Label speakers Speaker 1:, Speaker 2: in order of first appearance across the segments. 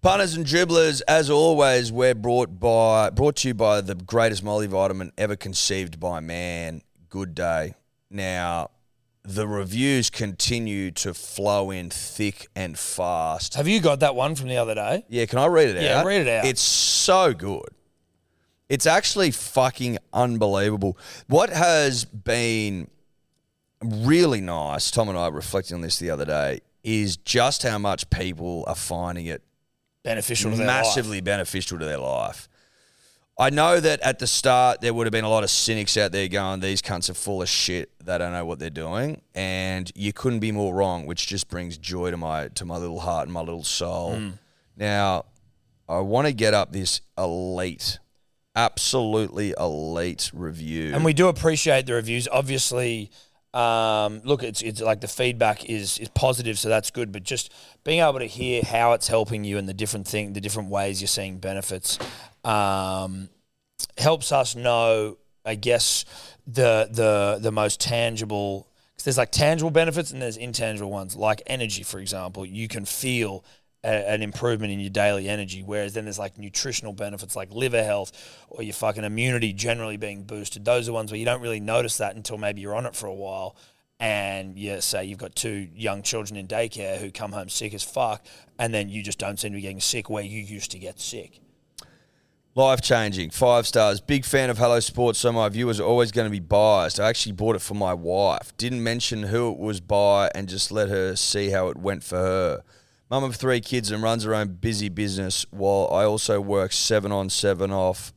Speaker 1: Punters and dribblers, as always, we're brought by brought to you by the greatest multivitamin ever conceived by man. Good day. Now, the reviews continue to flow in thick and fast.
Speaker 2: Have you got that one from the other day?
Speaker 1: Yeah, can I read it
Speaker 2: Yeah,
Speaker 1: out?
Speaker 2: read it out.
Speaker 1: It's so good. It's actually fucking unbelievable. What has been really nice, Tom and I reflecting on this the other day, is just how much people are finding it
Speaker 2: Beneficial to their life.
Speaker 1: massively beneficial to their life. I know that at the start there would have been a lot of cynics out there going, "These cunts are full of shit. They don't know what they're doing," and you couldn't be more wrong. Which just brings joy to my to my little heart and my little soul.
Speaker 2: Hmm.
Speaker 1: Now, I want to get up this elite, absolutely elite review.
Speaker 2: And we do appreciate the reviews. Obviously, um, look, it's it's like the feedback is is positive, so that's good. But just being able to hear how it's helping you and the different thing, the different ways you're seeing benefits, um, helps us know. I guess the the the most tangible. Cause there's like tangible benefits and there's intangible ones, like energy, for example. You can feel a, an improvement in your daily energy. Whereas then there's like nutritional benefits like liver health or your fucking immunity generally being boosted. Those are ones where you don't really notice that until maybe you're on it for a while. And you say you've got two young children in daycare who come home sick as fuck, and then you just don't seem to be getting sick where you used to get sick.
Speaker 1: Life changing, five stars. Big fan of Hello Sports, so my viewers are always going to be biased. I actually bought it for my wife. Didn't mention who it was by and just let her see how it went for her. Mum of three kids and runs her own busy business while I also work seven on, seven off,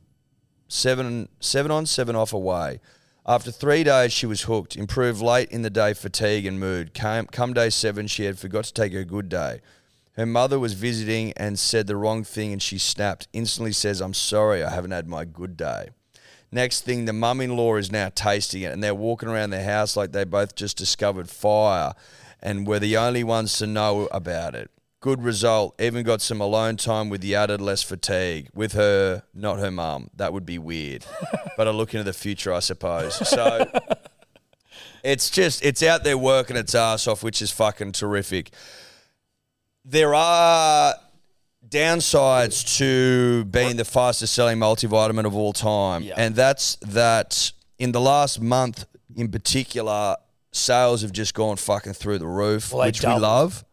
Speaker 1: seven seven on, seven off away. After three days, she was hooked. Improved late in the day fatigue and mood. Came, come day seven, she had forgot to take her good day. Her mother was visiting and said the wrong thing, and she snapped. Instantly says, "I'm sorry, I haven't had my good day." Next thing, the mum-in-law is now tasting it, and they're walking around their house like they both just discovered fire, and were the only ones to know about it. Good result. Even got some alone time with the added less fatigue with her, not her mum. That would be weird, but I look into the future, I suppose. So. It's just it's out there working its ass off, which is fucking terrific. There are downsides to being the fastest selling multivitamin of all time,
Speaker 2: Yeah.
Speaker 1: and that's that in the last month in particular, sales have just gone fucking through the roof,
Speaker 2: they
Speaker 1: which
Speaker 2: doubled.
Speaker 1: we love.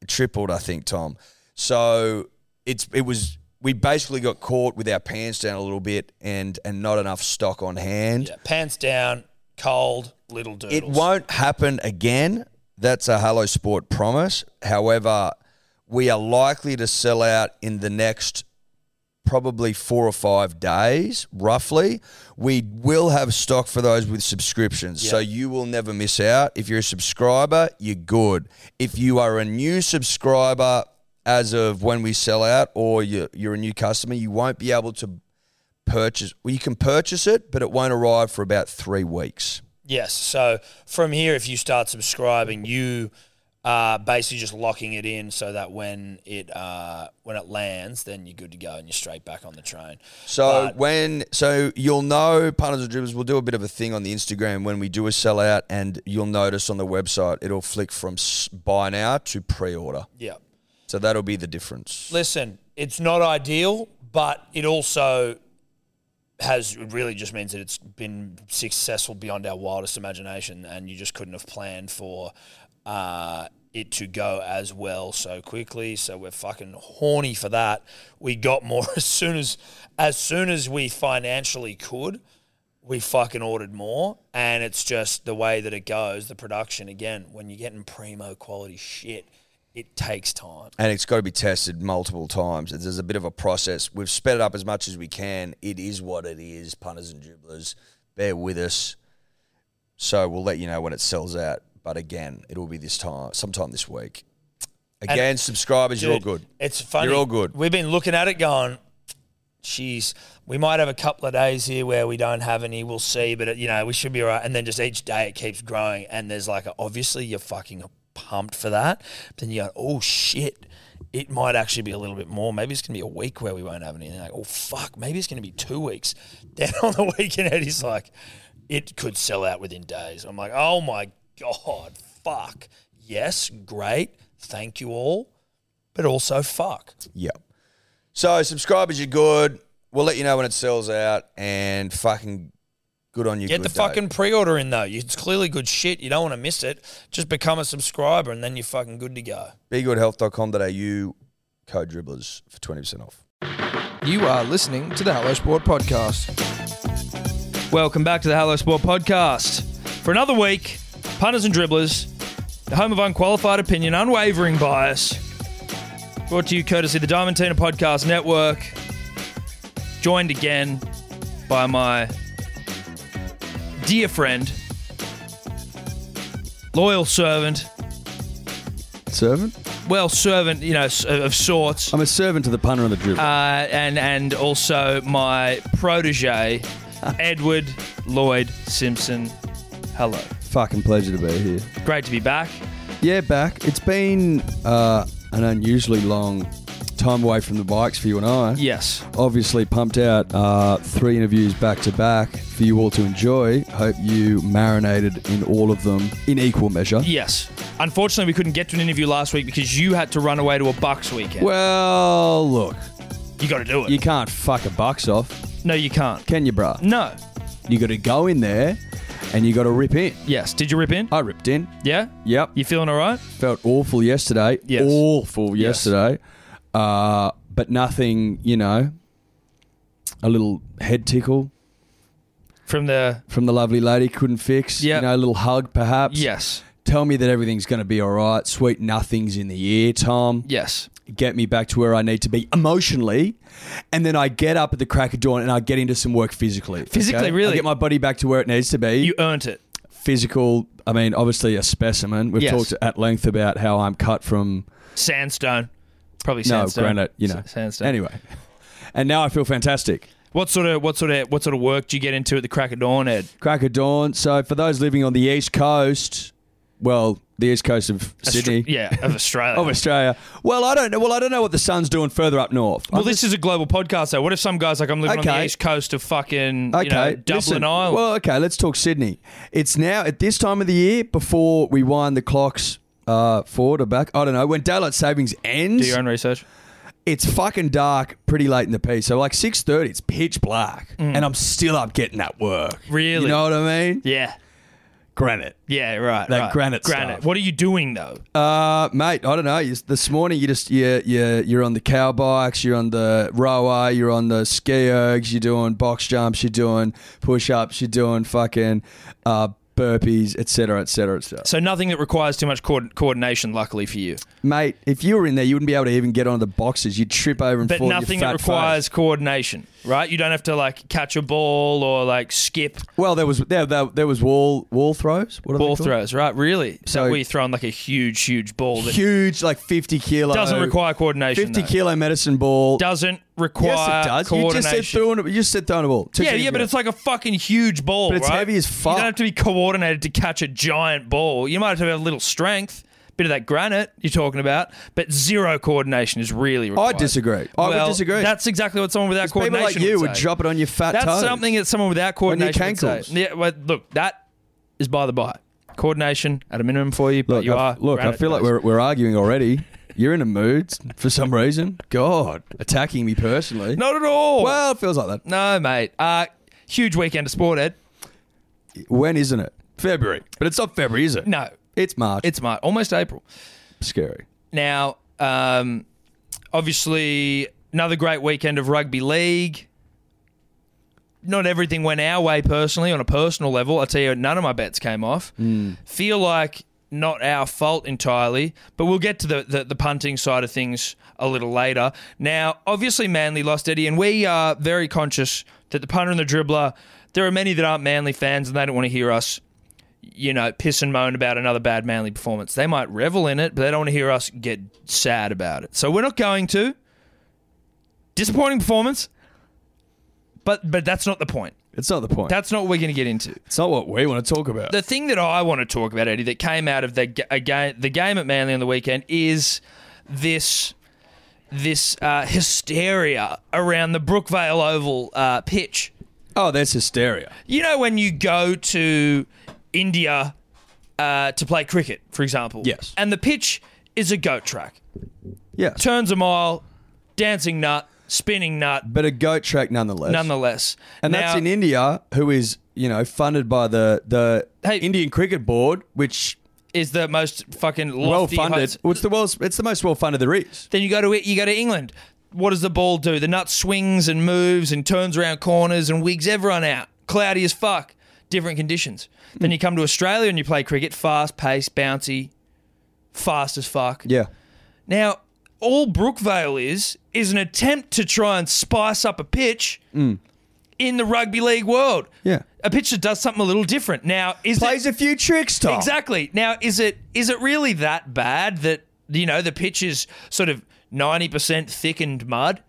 Speaker 1: It tripled, I think, Tom. So it's it was we basically got caught with our pants down a little bit and and not enough stock on hand.
Speaker 2: Yeah, pants down, cold, little doodles.
Speaker 1: It won't happen again. That's a Hello Sport promise. However, we are likely to sell out in the next probably four or five days, roughly. We will have stock for those with subscriptions. So you will never miss out. If you're a subscriber, you're good. If you are a new subscriber as of when we sell out or you're, you're a new customer, you won't be able to purchase. Well, you can purchase it, but it won't arrive for about three weeks.
Speaker 2: Yes. So from here, if you start subscribing, you are basically just locking it in so that when it uh, when it lands, then you're good to go and you're straight back on the train.
Speaker 1: So
Speaker 2: But-
Speaker 1: when so you'll know punters and dribblers will do a bit of a thing on the Instagram when we do a sellout, and you'll notice on the website it'll flick from s- buy now to pre-order.
Speaker 2: Yeah.
Speaker 1: So that'll be the difference.
Speaker 2: Listen, it's not ideal, but it also has it really just means that it's been successful beyond our wildest imagination, and you just couldn't have planned for uh, it to go as well so quickly. So we're fucking horny for that. We got more as soon as as soon as we financially could. We fucking ordered more, and it's just the way that it goes. The production again, when you're getting primo quality shit, it takes time.
Speaker 1: And it's got to be tested multiple times. There's a bit of a process. We've sped it up as much as we can. It is what it is, punters and dribblers. Bear with us. So we'll let you know when it sells out. But again, it'll be this time, sometime this week. Again, subscribers, you're all
Speaker 2: Dude,
Speaker 1: good.
Speaker 2: It's funny.
Speaker 1: You're all good.
Speaker 2: We've been looking at it going, jeez, we might have a couple of days here where we don't have any. We'll see, but, it, you know, we should be all right. And then just each day it keeps growing. And there's like, a, obviously, you're fucking pumped for that. Then you go, oh, shit. It might actually be a little bit more. Maybe it's going to be a week where we won't have any. And you're like, oh, fuck. Maybe it's going to be two weeks. Then on the weekend, Eddie's like, it could sell out within days. I'm like, oh my God, fuck. Yes, great. Thank you all but also fuck.
Speaker 1: Yep.
Speaker 3: So subscribers, you're good. We'll let you know when it sells out, and fucking good on you.
Speaker 2: Get the
Speaker 3: good, Dave.
Speaker 2: fucking pre-order in though. It's clearly good shit. You don't want to miss it. Just become a subscriber and then you're fucking good to go.
Speaker 3: begoodhealth.com.au code dribblers for 20% off.
Speaker 4: You are listening to the Hello Sport Podcast.
Speaker 2: Welcome back to the Hello Sport podcast. For another week, punters and dribblers, the home of unqualified opinion, unwavering bias. Brought to you courtesy of the Diamantina Podcast Network. Joined again by my dear friend, loyal servant,
Speaker 3: Servant?
Speaker 2: well servant, you know, s- of sorts.
Speaker 3: I'm a servant to the punter and the dribbler.
Speaker 2: uh, and and also my protege, Edward Lloyd Simpson. Hello,
Speaker 3: Fucking pleasure to be here.
Speaker 2: great to be back.
Speaker 3: Yeah, back. It's been uh, an unusually long time away from the bikes for you and I.
Speaker 2: Yes,
Speaker 3: Obviously, pumped out uh, three interviews back to back for you all to enjoy. Hope you marinated in all of them in equal measure.
Speaker 2: yes. Unfortunately, we couldn't get to an interview last week because you had to run away to a Bucks weekend.
Speaker 3: Well, look,
Speaker 2: you got to do it.
Speaker 3: you can't fuck a bucks off,
Speaker 2: no, you can't.
Speaker 3: can you, bruh?
Speaker 2: No.
Speaker 3: You got to go in there and you got to rip in.
Speaker 2: Yes. Did you rip in?
Speaker 3: I ripped in.
Speaker 2: yeah.
Speaker 3: Yep.
Speaker 2: You feeling all right?
Speaker 3: felt awful yesterday.
Speaker 2: Yes.
Speaker 3: Awful
Speaker 2: Yes.
Speaker 3: yesterday. Uh, but nothing, you know, a little head tickle
Speaker 2: From the
Speaker 3: from the lovely lady couldn't fix.
Speaker 2: Yep.
Speaker 3: You know, a little hug perhaps.
Speaker 2: yes,
Speaker 3: Tell me that everything's going to be all right. Sweet nothing's in the ear, Tom.
Speaker 2: yes,
Speaker 3: Get me back to where I need to be emotionally. And then I get up at the crack of dawn and I get into some work physically.
Speaker 2: Physically,
Speaker 3: I
Speaker 2: really?
Speaker 3: get my body back to where it needs to be.
Speaker 2: you earned it.
Speaker 3: Physical, I mean, obviously a specimen. We've
Speaker 2: Yes.
Speaker 3: talked at length about how I'm cut from
Speaker 2: Sandstone, probably
Speaker 3: No,
Speaker 2: sandstone.
Speaker 3: granite, you know.
Speaker 2: S- sandstone.
Speaker 3: Anyway, and now I feel fantastic.
Speaker 2: What sort of what sort of what sort of work do you get into at the crack of dawn, Ed?
Speaker 3: Crack of dawn. So for those living on the east coast, well, the east coast of Sydney,
Speaker 2: Austra- yeah, of Australia.
Speaker 3: of Australia. Well, I don't know. Well, I don't know what the sun's doing further up north.
Speaker 2: Well,
Speaker 3: I'm
Speaker 2: this is a global podcast, though. What if some guys like I'm living on the
Speaker 3: Okay.
Speaker 2: east coast of fucking
Speaker 3: just-
Speaker 2: you know, Dublin
Speaker 3: listen.
Speaker 2: Island?
Speaker 3: Well, okay, let's talk Sydney. It's now at this time of the year before we wind the clocks uh, forward or back. I don't know when daylight savings ends.
Speaker 2: Do your own research.
Speaker 3: it's fucking dark pretty late in the piece. So like six thirty, it's pitch black, and I'm still up getting that work.
Speaker 2: Mm. Really?
Speaker 3: You know what I mean?
Speaker 2: Yeah,
Speaker 3: Granite.
Speaker 2: yeah, right.
Speaker 3: That
Speaker 2: right.
Speaker 3: granite
Speaker 2: granite.
Speaker 3: stuff.
Speaker 2: What are you doing though?
Speaker 3: Uh, mate, I don't know. You, this morning, you just you you you're on the cow bikes, you're on the rower, you're on the ski ergs, you're doing box jumps, you're doing push ups, you're doing fucking uh, burpees, etc., etc., etc.
Speaker 2: So nothing that requires too much coord- coordination. Luckily for you,
Speaker 3: Mate, if you were in there, you wouldn't be able to even get onto the boxes. You'd trip over and
Speaker 2: but
Speaker 3: fall. on your
Speaker 2: nothing
Speaker 3: fat
Speaker 2: that
Speaker 3: face.
Speaker 2: requires coordination, right? You don't have to like catch a ball or like skip
Speaker 3: Well, there was there there, there was wall wall throws. What are they
Speaker 2: ball
Speaker 3: called?
Speaker 2: throws, right? Really? So,
Speaker 3: So-
Speaker 2: we're throwing like a huge, huge ball that
Speaker 3: Huge, like fifty kilo.
Speaker 2: doesn't require coordination.
Speaker 3: fifty
Speaker 2: though.
Speaker 3: kilo medicine ball.
Speaker 2: Doesn't require
Speaker 3: yes, it does. You
Speaker 2: coordination.
Speaker 3: just said throwing. You just said throwing a ball. Two
Speaker 2: Yeah,
Speaker 3: seconds
Speaker 2: yeah, but
Speaker 3: ago.
Speaker 2: it's like a fucking huge ball.
Speaker 3: But it's
Speaker 2: right?
Speaker 3: heavy as fuck.
Speaker 2: You don't have to be coordinated to catch a giant ball. You might have to have a little strength, bit of that granite you're talking about, but zero coordination is really
Speaker 3: I
Speaker 2: required.
Speaker 3: disagree. I
Speaker 2: Well,
Speaker 3: would disagree.
Speaker 2: That's exactly what someone without
Speaker 3: People
Speaker 2: coordination
Speaker 3: like you would
Speaker 2: say.
Speaker 3: drop it on your fat
Speaker 2: That's
Speaker 3: toes.
Speaker 2: something that someone without coordination would say.
Speaker 3: cankles.
Speaker 2: Yeah, well, look, that is by the by. Coordination at a minimum for you, but
Speaker 3: Look,
Speaker 2: you
Speaker 3: I,
Speaker 2: are.
Speaker 3: look I
Speaker 2: granite
Speaker 3: feel like
Speaker 2: based.
Speaker 3: we're, we're arguing already. You're in a mood for some reason. God, attacking me personally.
Speaker 2: not at all.
Speaker 3: Well, it feels like that.
Speaker 2: no, mate. Uh, huge weekend of sport, Ed.
Speaker 3: When isn't it? February. But it's not February, is it?
Speaker 2: No,
Speaker 3: It's March.
Speaker 2: it's my almost April.
Speaker 3: It's scary.
Speaker 2: Now, um, obviously, another great weekend of rugby league. Not everything went our way personally on a personal level. I tell you, none of my bets came off. Feel like not our fault entirely, but we'll get to the, the, the punting side of things a little later. Now, obviously, Manly lost Eddie, and we are very conscious that the punter and the dribbler, there are many that aren't Manly fans and they don't want to hear us you know, piss and moan about another bad Manly performance. They might revel in it, but they don't want to hear us get sad about it. So we're not going to. Disappointing performance, but but that's not the point.
Speaker 3: It's not the point.
Speaker 2: That's not what we're going to get into.
Speaker 3: it's not what we want to talk about.
Speaker 2: The thing that I want to talk about, Eddie, that came out of the ga- a game, the game at Manly on the weekend is this this uh, hysteria around the Brookvale Oval uh, pitch.
Speaker 3: oh, that's hysteria.
Speaker 2: You know when you go to India uh, to play cricket, for example.
Speaker 3: Yes.
Speaker 2: And the pitch is a goat track.
Speaker 3: Yes.
Speaker 2: Turns a mile, dancing nut,
Speaker 5: spinning nut,
Speaker 3: But a goat track nonetheless.
Speaker 5: nonetheless.
Speaker 3: And
Speaker 5: Now-
Speaker 3: that's in India, who is, you know, funded by the, the
Speaker 5: Hey.
Speaker 3: Indian Cricket Board, which
Speaker 5: is the most fucking
Speaker 3: well
Speaker 5: lofty
Speaker 3: funded.
Speaker 5: heights.
Speaker 3: Well, It's the world's, it's the most well funded there is.
Speaker 5: Then you go to it. You go to England. What does the ball do? The nut swings and moves and turns around corners and wigs everyone out. Cloudy as fuck. Different conditions. Then you come to Australia and you play cricket. Fast paced, bouncy, fast as fuck.
Speaker 3: Yeah.
Speaker 5: Now, all Brookvale is is an attempt to try and spice up a pitch
Speaker 3: Mm.
Speaker 5: in the rugby league world.
Speaker 3: Yeah.
Speaker 5: A pitch that does something a little different. Now, is it,
Speaker 3: Plays a few tricks, Tom.
Speaker 5: Exactly. Now, is it is it really that bad that you know the pitch is sort of ninety percent thickened mud,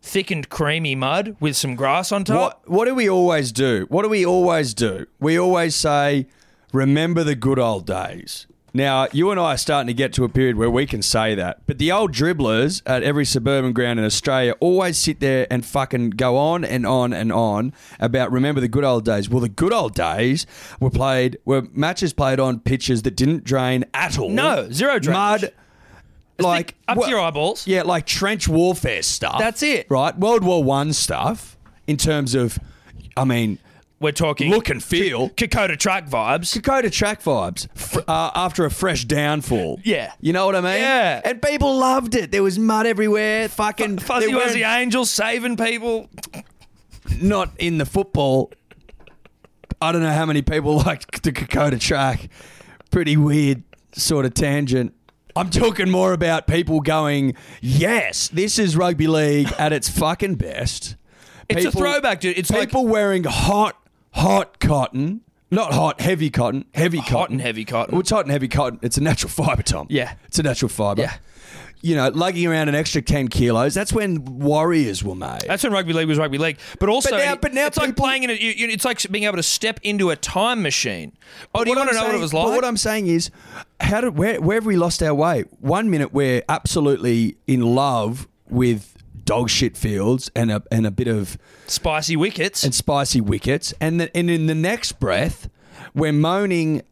Speaker 5: thickened creamy mud with some grass on top?
Speaker 3: What, what do we always do? What do we always do? We always say, remember the good old days. Now, you and I are starting to get to a period where we can say that. But the old dribblers at every suburban ground in Australia always sit there and fucking go on and on and on about remember the good old days. Well, the good old days were played, were matches played on pitches that didn't drain at all.
Speaker 5: No, zero drainage.
Speaker 3: Mud. Like
Speaker 5: up
Speaker 3: wha-
Speaker 5: to your eyeballs.
Speaker 3: yeah, like trench warfare stuff.
Speaker 5: That's it.
Speaker 3: Right? World War One stuff in terms of I mean,
Speaker 5: We're talking
Speaker 3: look and feel.
Speaker 5: Kokoda track vibes.
Speaker 3: Dakota track vibes fr- uh, after a fresh downfall.
Speaker 5: Yeah.
Speaker 3: You know what I mean?
Speaker 5: Yeah.
Speaker 3: And people loved it. There was mud everywhere. Fucking
Speaker 5: Fuzzy
Speaker 3: they weren't-
Speaker 5: Wuzzy Angels saving people.
Speaker 3: not in the football. I don't know how many people liked the Kokoda track. Pretty weird sort of tangent. I'm talking more about people going, yes, this is rugby league at its fucking best.
Speaker 5: It's a throwback, dude. It's like-
Speaker 3: people wearing hot, hot cotton. Not hot, heavy cotton. Heavy cotton.
Speaker 5: and heavy cotton.
Speaker 3: Well, it's hot and heavy cotton. It's a natural fibre, Tom.
Speaker 5: Yeah.
Speaker 3: It's a natural fibre.
Speaker 5: Yeah.
Speaker 3: You know, lugging around an extra 10 kilos. That's when warriors were made.
Speaker 5: That's when rugby league was rugby league. But also,
Speaker 3: But now- but now
Speaker 5: it's like
Speaker 3: people-
Speaker 5: playing in a, you, you- it's like being able to step into a time machine. Oh, do you want to know what it was
Speaker 3: But
Speaker 5: like?
Speaker 3: what I'm saying is, how did where, where have we lost our way? One minute we're absolutely in love with dog shit fields and a and a bit of
Speaker 5: Spicy wickets.
Speaker 3: and spicy wickets, and the, and in the next breath we're moaning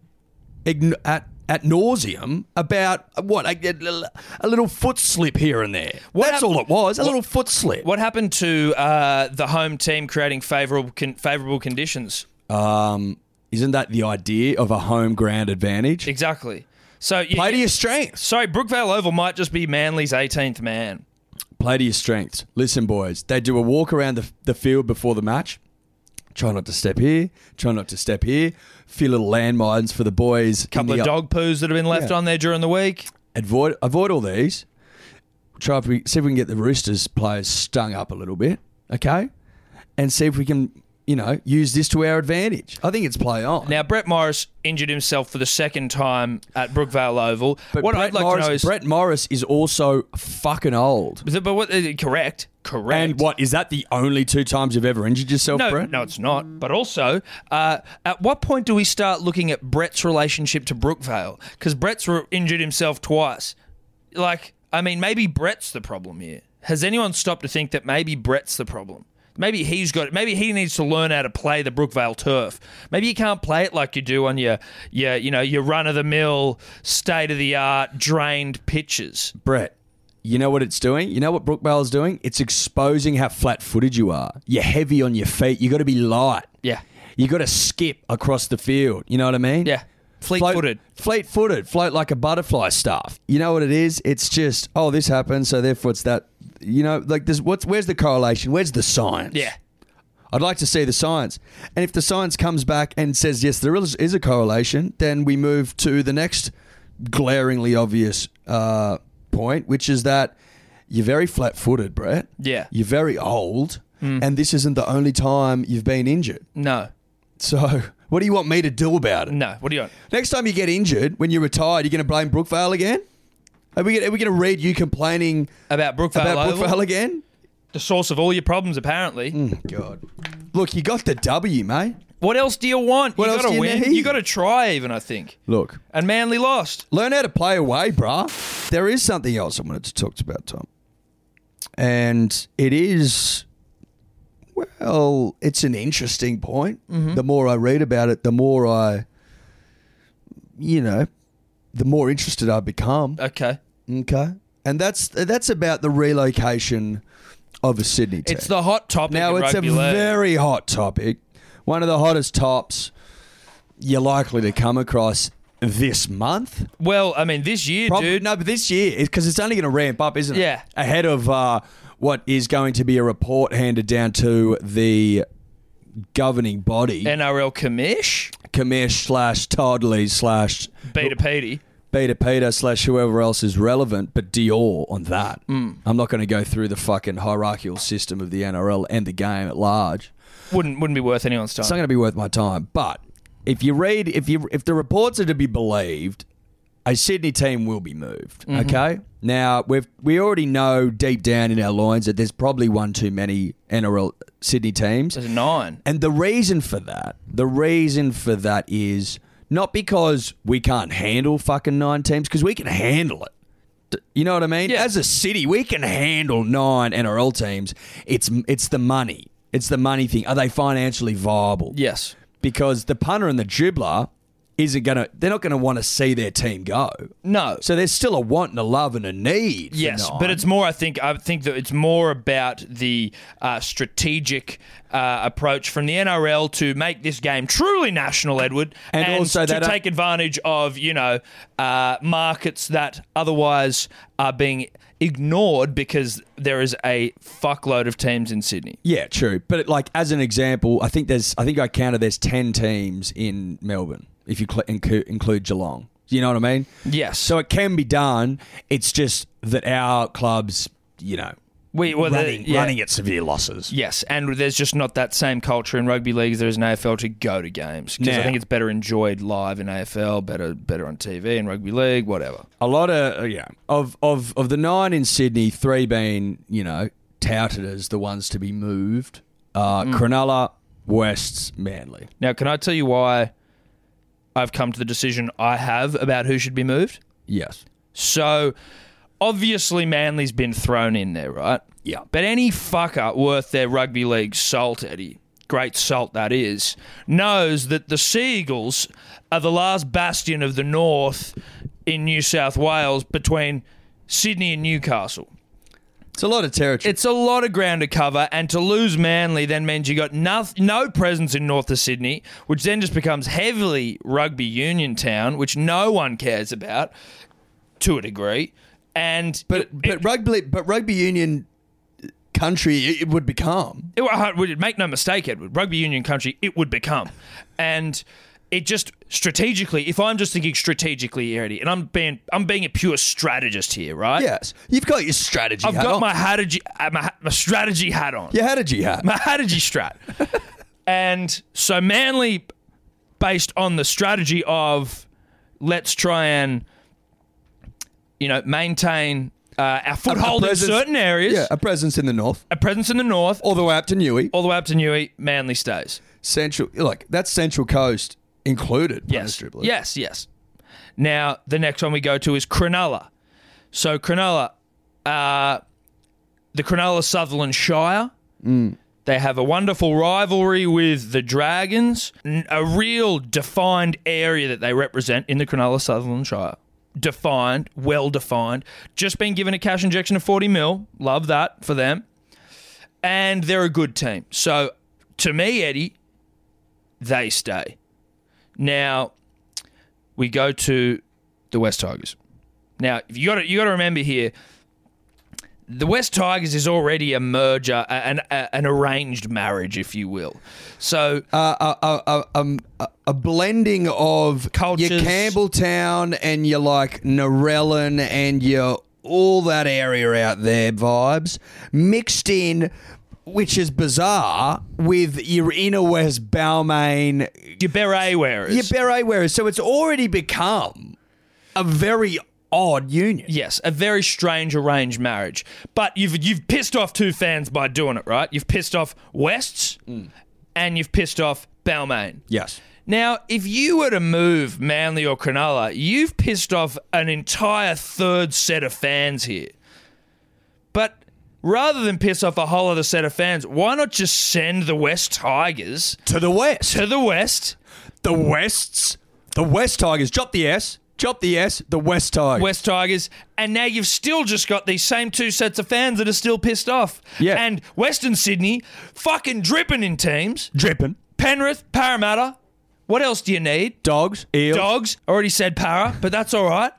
Speaker 3: ign- at at nauseum about what a, a little- a little foot slip here and there. That's
Speaker 5: hap-
Speaker 3: all it was, a little foot slip.
Speaker 5: What happened to uh, the home team creating favorable con- favorable conditions?
Speaker 3: Um, isn't that the idea of a home ground advantage?
Speaker 5: Exactly. So you,
Speaker 3: Play to your strengths.
Speaker 5: sorry, Brookvale Oval might just be Manly's 18th man.
Speaker 3: play to your strengths. Listen, boys, they do a walk around the, the field before the match. Try not to step here. Try not to step here. Few little landmines for the boys. in
Speaker 5: Couple
Speaker 3: the
Speaker 5: of
Speaker 3: up-
Speaker 5: dog poos that have been left
Speaker 3: Yeah.
Speaker 5: on there during the week.
Speaker 3: Avoid avoid all these. Try if we, see if we can get the Roosters players stung up a little bit, okay, and see if we can you know use this to our advantage. I think it's play on.
Speaker 5: Now Brett Morris injured himself for the second time at Brookvale Oval.
Speaker 3: but
Speaker 5: what
Speaker 3: Brett
Speaker 5: I'd like
Speaker 3: Morris,
Speaker 5: to know is
Speaker 3: Brett Morris is also fucking old.
Speaker 5: Is it- but what, uh, correct, correct.
Speaker 3: And what is that the only two times you've ever injured yourself,
Speaker 5: No,
Speaker 3: Brett?
Speaker 5: no, it's not. But also, uh, at what point do we start looking at Brett's relationship to Brookvale? Because Brett's re- injured himself twice. Like, I mean, maybe Brett's the problem here. Has anyone stopped to think that maybe Brett's the problem? Maybe he's got. Maybe he needs to learn how to play the Brookvale turf. Maybe you can't play it like you do on your, your you know, your run of the mill, state of the art, drained pitches.
Speaker 3: Brett, you know what it's doing? You know what Brookvale's doing? It's exposing how flat footed you are. You're heavy on your feet. You got to be light.
Speaker 5: Yeah.
Speaker 3: You got to skip across the field. You know what I mean?
Speaker 5: Yeah,
Speaker 3: Float-
Speaker 5: fleet-footed.
Speaker 3: Fleet footed. Float like a butterfly stuff. You know what it is? It's just, oh, this happened, so therefore it's that. You know, like there's what's where's the correlation? Where's the science?
Speaker 5: Yeah.
Speaker 3: I'd like to see the science. And if the science comes back and says, yes, there is, is a correlation, then we move to the next glaringly obvious uh, point, which is that you're very flat footed, Brett.
Speaker 5: Yeah.
Speaker 3: You're very old. And this isn't the only time you've been injured.
Speaker 5: No,
Speaker 3: So, what do you want me to do about it?
Speaker 5: no. What do you want?
Speaker 3: Next time you get injured, when you're retired, you're going to blame Brookvale again? Are we, are we going to read you complaining
Speaker 5: About Brookvale
Speaker 3: about
Speaker 5: Oval?
Speaker 3: Brookvale Hmm. again?
Speaker 5: the source of all your problems, apparently.
Speaker 3: God. Look, you got the W, mate.
Speaker 5: What else do you want?
Speaker 3: What
Speaker 5: you
Speaker 3: else
Speaker 5: gotta
Speaker 3: do you
Speaker 5: win.
Speaker 3: need?
Speaker 5: You gotta try even, I think.
Speaker 3: Look,
Speaker 5: And Manly lost.
Speaker 3: learn how to play away, bruh. There is something else I wanted to talk to about, Tom. And it is, well, it's an interesting point.
Speaker 5: Mm-hmm.
Speaker 3: The more I read about it, the more I, you know, the more interested I become.
Speaker 5: Okay.
Speaker 3: Okay. And that's that's about the relocation of a Sydney team.
Speaker 5: It's the hot topic.
Speaker 3: now
Speaker 5: in
Speaker 3: it's a
Speaker 5: rugby league.
Speaker 3: very hot topic, one of the hottest tops you're likely to come across this month.
Speaker 5: well. I mean, this year,
Speaker 3: Prob-
Speaker 5: dude.
Speaker 3: No, but this year, because it's only going to ramp up, isn't it?
Speaker 5: Yeah.
Speaker 3: Ahead of uh, what is going to be a report handed down to the governing body,
Speaker 5: NRL commish,
Speaker 3: commish slash Toddley slash
Speaker 5: Beta E Petey.
Speaker 3: Peter Peter slash whoever else is relevant, but Dior on that. I'm not going to go through the fucking hierarchical system of the NRL and the game at large.
Speaker 5: Wouldn't wouldn't be worth anyone's time.
Speaker 3: It's not going to be worth my time. But if you read, if you if the reports are to be believed, a Sydney team will be moved. Okay. Now we've we already know deep down in our loins that there's probably one too many NRL Sydney teams.
Speaker 5: There's nine.
Speaker 3: And the reason for that, the reason for that is not because we can't handle fucking nine teams, because we can handle it. D- You know what I mean?
Speaker 5: Yeah.
Speaker 3: As a city, we can handle nine NRL teams. It's it's the money. It's the money thing. Are they financially viable?
Speaker 5: Yes.
Speaker 3: Because the punter and the dribbler isn't gonna. They're not gonna want to see their team go.
Speaker 5: No.
Speaker 3: So there's still a want and a love and a need. for
Speaker 5: Yes,
Speaker 3: nine.
Speaker 5: but it's more. I think I think that it's more about the uh, strategic uh, approach from the NRL to make this game truly national, Edward,
Speaker 3: And also
Speaker 5: to
Speaker 3: that- uh,
Speaker 5: take advantage of you know uh, markets that otherwise are being ignored because there is a fuckload of teams in Sydney.
Speaker 3: Yeah, true. But like as an example, I think there's I think I counted there's ten teams in Melbourne if you cl- incu- include Geelong. You know what I mean?
Speaker 5: Yes.
Speaker 3: So it can be done. It's just that our clubs, you know,
Speaker 5: We well, the-
Speaker 3: running,
Speaker 5: yeah.
Speaker 3: running at severe losses.
Speaker 5: Yes, and there's just not that same culture in rugby league as there is in AFL to go to games because I
Speaker 3: Now-
Speaker 5: think it's better enjoyed live in AFL, better better on TV in rugby league, whatever.
Speaker 3: A lot of uh, yeah of of of the nine in Sydney, three being you know touted as the ones to be moved. Uh,
Speaker 5: Mm.
Speaker 3: Cronulla, Wests, Manly.
Speaker 5: Now, can I tell you why I've come to the decision I have about who should be moved?
Speaker 3: Yes.
Speaker 5: So, obviously, Manly's been thrown in there, right?
Speaker 3: Yeah.
Speaker 5: But any fucker worth their rugby league salt, Eddie, great salt that is, knows that the Seagulls are the last bastion of the North in New South Wales between Sydney and Newcastle.
Speaker 3: It's a lot of territory.
Speaker 5: It's a lot of ground to cover, and to lose Manly then means you got no, no presence in north of Sydney, which then just becomes heavily rugby union town, which no one cares about to a degree. And
Speaker 3: but
Speaker 5: it-
Speaker 3: but rugby but rugby union country it, it would become
Speaker 5: it, uh, would- make no mistake, Edward, rugby union country, it would become. And it just strategically, if I'm just thinking strategically here, Eddie, and I'm being I'm being a pure strategist here, right?
Speaker 3: yes you've got your strategy
Speaker 5: Uh, I've
Speaker 3: hat
Speaker 5: got
Speaker 3: on.
Speaker 5: my, strategy, uh, my my strategy hat on.
Speaker 3: your strategy hat
Speaker 5: My strategy strat. and so Manly, based on the strategy of let's try and, you know, maintain uh, our foothold in
Speaker 3: presence-
Speaker 5: certain areas,
Speaker 3: yeah a presence in the north
Speaker 5: a presence in the north,
Speaker 3: all the way up to Newey
Speaker 5: all the way up to Newey, Manly stays.
Speaker 3: central like that's central coast included
Speaker 5: Yes.
Speaker 3: demonstrably.
Speaker 5: Yes, yes. Now, the next one we go to is Cronulla. So, Cronulla, uh, the Cronulla Sutherland Shire. They have a wonderful rivalry with the Dragons, n- a real defined area that they represent in the Cronulla Sutherland Shire. Defined, well defined. Just been given a cash injection of 40 mil. Love that for them. And they're a good team. So, to me, Eddie, they stay. Now we go to the West Tigers. Now you got to you got to remember here, the West Tigers is already a merger, a- an a- an arranged marriage, if you will. So
Speaker 3: Uh, a, a, a, um, a, a blending of
Speaker 5: Cultures.
Speaker 3: your Campbelltown and your like Norellan and your all that area out there vibes mixed in, which is bizarre, with your inner West Balmain,
Speaker 5: your beret wearers,
Speaker 3: your beret wearers. So it's already become a very odd union.
Speaker 5: yes, a very strange arranged marriage. But you've you've pissed off two fans by doing it, right? You've pissed off Wests,
Speaker 3: Mm.
Speaker 5: and you've pissed off Balmain.
Speaker 3: Yes.
Speaker 5: Now, if you were to move Manly or Cronulla, you've pissed off an entire third set of fans here. But rather than piss off a whole other set of fans, why not just send the West Tigers
Speaker 3: To the west.
Speaker 5: to the West?
Speaker 3: The Wests. The West Tigers. Drop the S. Chop the S, the West Tigers.
Speaker 5: West Tigers, and now you've still just got these same two sets of fans that are still pissed off.
Speaker 3: Yeah.
Speaker 5: And Western Sydney fucking dripping in teams.
Speaker 3: Dripping.
Speaker 5: Penrith, Parramatta. What else do you need?
Speaker 3: Dogs, eels.
Speaker 5: Dogs. Already said para, but that's all right.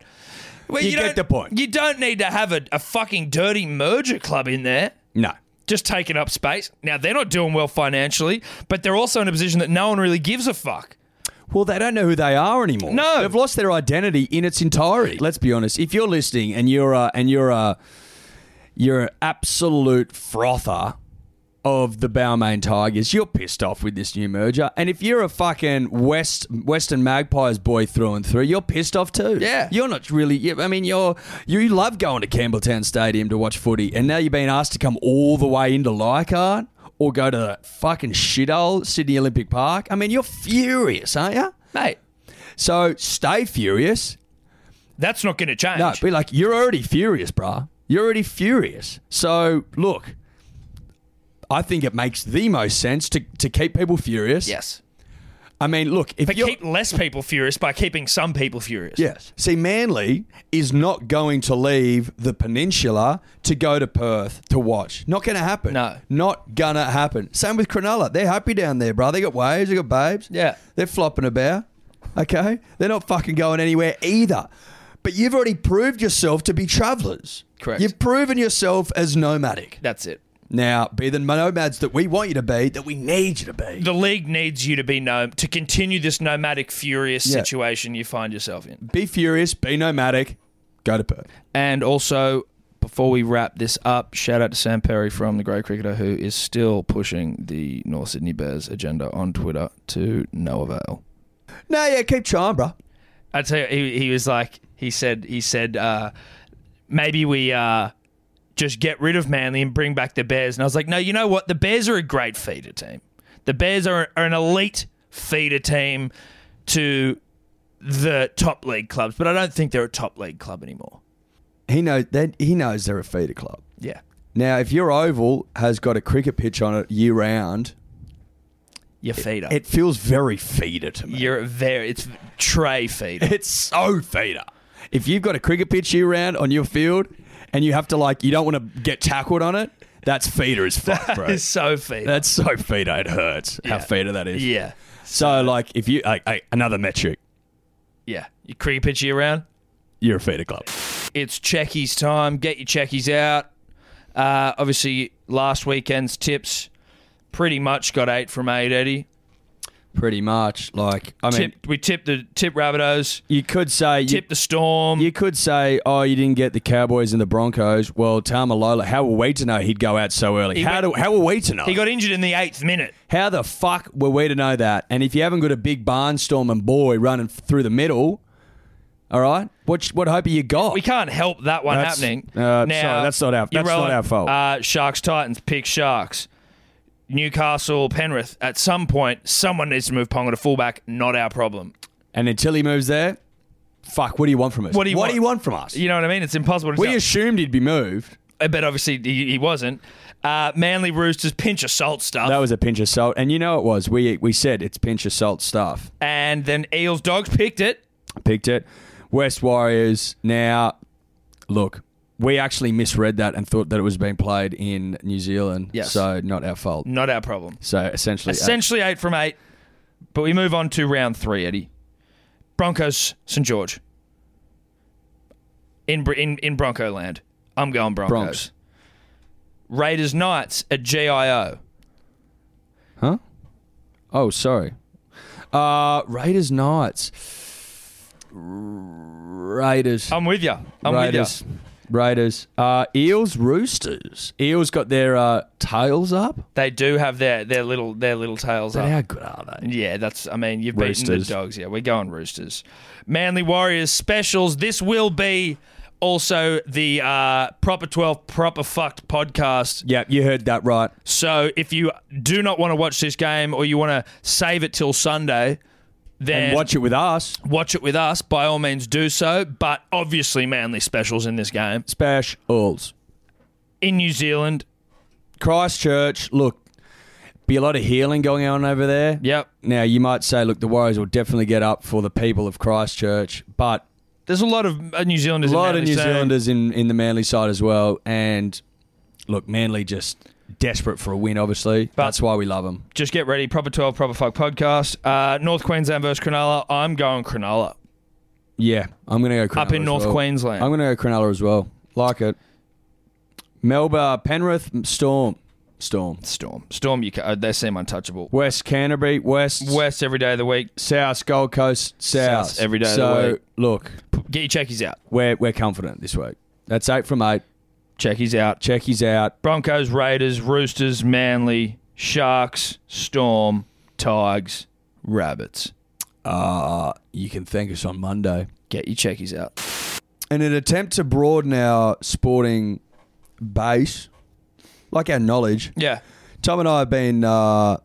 Speaker 5: Well,
Speaker 3: You get
Speaker 5: don't-
Speaker 3: the point.
Speaker 5: You don't need to have a, a fucking dirty merger club in there.
Speaker 3: No.
Speaker 5: Just taking up space. Now, they're not doing well financially, but they're also in a position that no one really gives a fuck.
Speaker 3: Well, they don't know who they are anymore.
Speaker 5: No.
Speaker 3: They've lost their identity in its entirety. Let's be honest. If you're listening and you're a, and you're a, you're an absolute frother of the Balmain Tigers, you're pissed off with this new merger. And if you're a fucking West Western Magpies boy through and through, you're pissed off too.
Speaker 5: Yeah.
Speaker 3: You're not really you- I mean you're you love going to Campbelltown Stadium to watch footy and now you're being asked to come all the way into Leichhardt or go to that fucking shithole Sydney Olympic Park. I mean you're furious, aren't you?
Speaker 5: Mate,
Speaker 3: So stay furious.
Speaker 5: that's not going to change.
Speaker 3: No, be like, you're already furious, bruh. You're already furious. So look, I think it makes the most sense to, to keep people furious.
Speaker 5: yes.
Speaker 3: I mean, look, if
Speaker 5: But
Speaker 3: you
Speaker 5: keep less people furious by keeping some people furious.
Speaker 3: Yes. See, Manly is not going to leave the peninsula to go to Perth to watch. Not going to happen.
Speaker 5: No.
Speaker 3: Not going to happen. Same with Cronulla. They're happy down there, bro. They got waves, they got babes.
Speaker 5: Yeah.
Speaker 3: They're flopping about. Okay? They're not fucking going anywhere either. But you've already proved yourself to be travellers.
Speaker 5: Correct.
Speaker 3: You've proven yourself as nomadic.
Speaker 5: That's it.
Speaker 3: Now, be the nomads that we want you to be, that we need you to be.
Speaker 5: The league needs you to be gnome to continue this nomadic, furious
Speaker 3: Yeah.
Speaker 5: situation you find yourself in.
Speaker 3: Be furious, be nomadic, go to Perth.
Speaker 5: And also, before we wrap this up, shout out to Sam Perry from The Great Cricketer, who is still pushing the North Sydney Bears agenda on Twitter to no avail.
Speaker 3: No, yeah, keep trying, bro.
Speaker 5: I tell you, he, he was like, he said, he said, uh, maybe we uh, just get rid of Manly and bring back the Bears. And I was like, no, you know what? The Bears are a great feeder team. The Bears are, are an elite feeder team to the top league clubs, but I don't think they're a top league club anymore.
Speaker 3: He knows that he knows they're a feeder club.
Speaker 5: Yeah.
Speaker 3: Now, if your oval has got a cricket pitch on it year round,
Speaker 5: Your feeder.
Speaker 3: it feels very feeder to me.
Speaker 5: You're a very it's tray feeder.
Speaker 3: it's so feeder. If you've got a cricket pitch year round on your field, and you have to like, you don't want to get tackled on it. That's feeder as fuck, bro.
Speaker 5: It's so feeder.
Speaker 3: That's so feeder. It hurts how feeder that is.
Speaker 5: Yeah,
Speaker 3: So, like, if you like, hey, another metric,
Speaker 5: yeah. You cricket pitch year round.
Speaker 3: you're a feeder club.
Speaker 5: It's checkies time. Get your checkies out. Uh, obviously, last weekend's tips pretty much got eight from eight, Eddie.
Speaker 3: Pretty much. Like, I mean,
Speaker 5: Tip, we tipped the tip Rabbitohs,
Speaker 3: you could say you
Speaker 5: tip the Storm.
Speaker 3: You could say, oh, you didn't get the Cowboys and the Broncos. Well, Tamalola, how were we to know he'd go out so early? how do, how were we to know?
Speaker 5: he got injured in the eighth minute.
Speaker 3: how the fuck were we to know that? And if you haven't got a big barnstorming boy running f- through the middle, all right, what sh- what hope have you got?
Speaker 5: We can't help that one
Speaker 3: That's-
Speaker 5: happening.
Speaker 3: uh, sorry, that's not our-
Speaker 5: you're
Speaker 3: that's not
Speaker 5: rolling,
Speaker 3: our fault.
Speaker 5: Uh, Sharks Titans pick Sharks. Newcastle Penrith. At some point, someone needs to move Ponga to fullback. Not our problem.
Speaker 3: and until he moves there, fuck, what do you want from us?
Speaker 5: What do you want?
Speaker 3: from us?
Speaker 5: You know what I mean? It's impossible to
Speaker 3: we
Speaker 5: tell.
Speaker 3: assumed he'd be moved.
Speaker 5: but obviously he, he wasn't. Uh, Manly Roosters pinch of salt stuff,
Speaker 3: That was a pinch of salt, and you know it was. We we said it's pinch of salt stuff.
Speaker 5: and then Eels Dogs picked it.
Speaker 3: picked it. West Warriors. Now, look, we actually misread that and thought that it was being played in New Zealand.
Speaker 5: Yes.
Speaker 3: So not our fault.
Speaker 5: Not our problem.
Speaker 3: So essentially, uh,
Speaker 5: Essentially eight from eight, but we move on to round three. Eddie, Broncos St George. In Br- in in Bronco land, I'm going Broncos.
Speaker 3: Bronx.
Speaker 5: Raiders Knights at GIO.
Speaker 3: huh? Oh, sorry. Uh, Raiders Knights. Raiders.
Speaker 5: I'm with you. I'm
Speaker 3: Raiders. With Raiders. Uh, Eels Roosters. Eels got their uh, tails up. Uh,
Speaker 5: you. They do have their their little their little tails
Speaker 3: But
Speaker 5: up.
Speaker 3: how good are they?
Speaker 5: Yeah, that's. I mean, you've beaten the
Speaker 3: Roosters.
Speaker 5: dogs. Yeah, we're going Roosters. Manly Warriors specials. This will be also the uh, proper twelve proper fucked podcast.
Speaker 3: Yeah, you heard that right.
Speaker 5: So if you do not want to watch this game or you want to save it till Sunday, then
Speaker 3: And watch it with us.
Speaker 5: watch it with us. By all means, do so. But obviously, Manly specials in this game
Speaker 3: Specials.
Speaker 5: in New Zealand.
Speaker 3: Christchurch, look, be a lot of healing going on over there.
Speaker 5: Yep.
Speaker 3: Now you might say, look, the Warriors will definitely get up for the people of Christchurch, but
Speaker 5: There's a lot of uh, New Zealanders.
Speaker 3: A
Speaker 5: in
Speaker 3: lot of
Speaker 5: Manly
Speaker 3: New
Speaker 5: saying-
Speaker 3: Zealanders in, in the Manly side as well. And look, Manly just desperate for a win, obviously.
Speaker 5: But-
Speaker 3: That's why we love them.
Speaker 5: Just get ready. Proper twelve. Proper fuck podcast. Uh, North Queensland versus Cronulla. I'm going Cronulla.
Speaker 3: Yeah, I'm going to go Cronulla
Speaker 5: Up in
Speaker 3: as
Speaker 5: North
Speaker 3: well.
Speaker 5: Queensland.
Speaker 3: I'm going to go Cronulla as well. Like it. Melbourne, Penrith, Storm. Storm.
Speaker 5: Storm. Storm. You. ca- uh, they seem untouchable.
Speaker 3: West Canterbury, West,
Speaker 5: West every day of the week.
Speaker 3: South, Gold Coast, South.
Speaker 5: South every day of the
Speaker 3: So,
Speaker 5: week.
Speaker 3: look,
Speaker 5: P- Get your checkies out.
Speaker 3: we're, we're confident this week. That's eight from eight.
Speaker 5: Checkies out.
Speaker 3: Checkies out.
Speaker 5: Broncos, Raiders, Roosters, Manly, Sharks, Storm, Tigers, Rabbits.
Speaker 3: Uh, you can thank us on Monday.
Speaker 5: Get your checkies out.
Speaker 3: in an attempt to broaden our sporting base, like our knowledge,
Speaker 5: Yeah.
Speaker 3: Tom and I have been uh,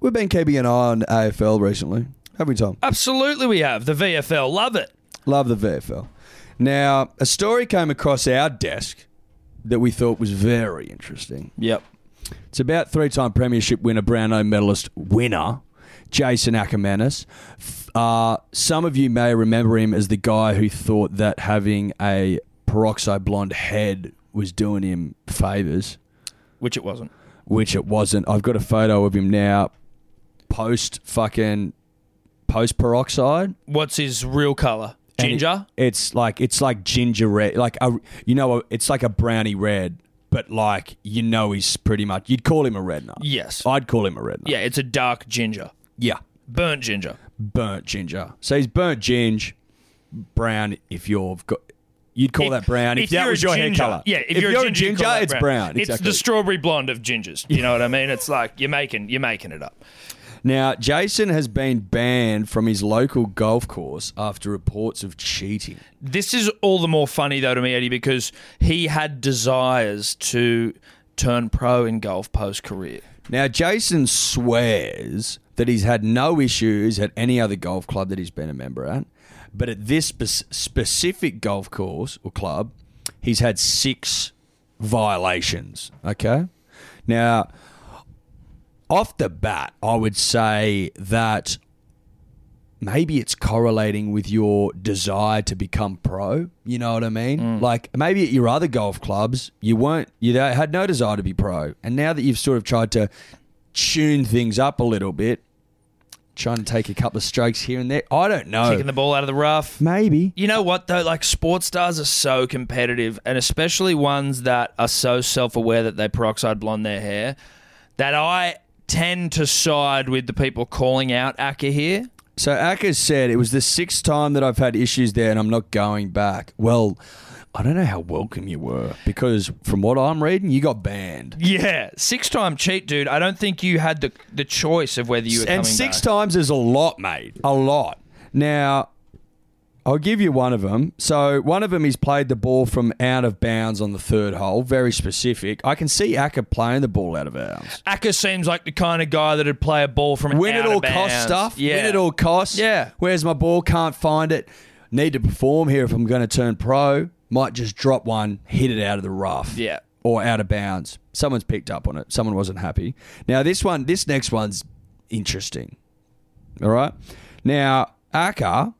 Speaker 3: we've been keeping an eye on AFL recently, haven't we, Tom?
Speaker 5: Absolutely, we have. The VFL. Love it.
Speaker 3: Love the VFL. Now, a story came across our desk that we thought was very interesting.
Speaker 5: Yep.
Speaker 3: It's about three-time premiership winner, Brownlow medalist winner, Jason Ackermanis. F- Uh, some of you may remember him as the guy who thought that having a peroxide blonde head was doing him favors,
Speaker 5: Which it wasn't.
Speaker 3: which it wasn't. I've got a photo of him now, post fucking post peroxide.
Speaker 5: What's his real colour?
Speaker 3: And
Speaker 5: Ginger?
Speaker 3: it- it's like it's like ginger red, like a you know, it's like a brownie red, but like you know, he's pretty much you'd call him a redner.
Speaker 5: Yes.
Speaker 3: I'd call him a redner.
Speaker 5: Yeah, it's a dark ginger.
Speaker 3: Yeah.
Speaker 5: Burnt ginger.
Speaker 3: burnt ginger. So he's burnt ginger, brown. If you've got, you'd call
Speaker 5: If-
Speaker 3: that brown. If, that
Speaker 5: you're
Speaker 3: was
Speaker 5: a
Speaker 3: your
Speaker 5: ginger,
Speaker 3: hair color,
Speaker 5: Yeah, if, you're, a ginger, you call it
Speaker 3: it's brown.
Speaker 5: It's
Speaker 3: Exactly.
Speaker 5: the strawberry blonde of gingers. You know what I mean? It's like you're making you're making it up.
Speaker 3: now Jason has been banned from his local golf course after reports of cheating.
Speaker 5: This is all the more funny though to me, Eddie, because he had desires to turn pro in golf post career.
Speaker 3: Now Jason swears that he's had no issues at any other golf club that he's been a member at, but at this spe- specific golf course or club, he's had six violations. Okay, now off the bat, I would say that maybe it's correlating with your desire to become pro. You know what I mean? Like maybe at your other golf clubs, you weren't, you don't- had no desire to be pro. And now that you've sort of tried to tune things up a little bit, trying to take a couple of strokes here and there, I don't know.
Speaker 5: Kicking the ball out of the rough.
Speaker 3: maybe.
Speaker 5: You know what though? Like sports stars are so competitive, and especially ones that are so self-aware that they peroxide blonde their hair, that I tend to side with the people calling out Acker here.
Speaker 3: So Acker said it was the sixth time that I've had issues there and I'm not going back. Well, I don't know how welcome you were because from what I'm reading, you got banned.
Speaker 5: Yeah, six-time cheat, dude. I don't think you had the the choice of whether you were
Speaker 3: and
Speaker 5: coming
Speaker 3: six
Speaker 5: back.
Speaker 3: times is a lot, mate. A lot. Now, I'll give you one of them. So one of them he's played the ball from out of bounds on the third hole. Very specific. I can see Acker playing the ball out of bounds.
Speaker 5: Acker seems like the kind of guy that'd play a ball from
Speaker 3: Win
Speaker 5: out
Speaker 3: at
Speaker 5: of
Speaker 3: all cost
Speaker 5: bounds.
Speaker 3: stuff.
Speaker 5: Yeah.
Speaker 3: Win at all costs.
Speaker 5: Yeah.
Speaker 3: Where's my ball? Can't find it. Need to perform here if I'm going to turn pro. Might just drop one, hit it out of the rough.
Speaker 5: Yeah.
Speaker 3: Or out of bounds. Someone's picked up on it. Someone wasn't happy. Now this one, this next one's interesting. All right. Now, Acker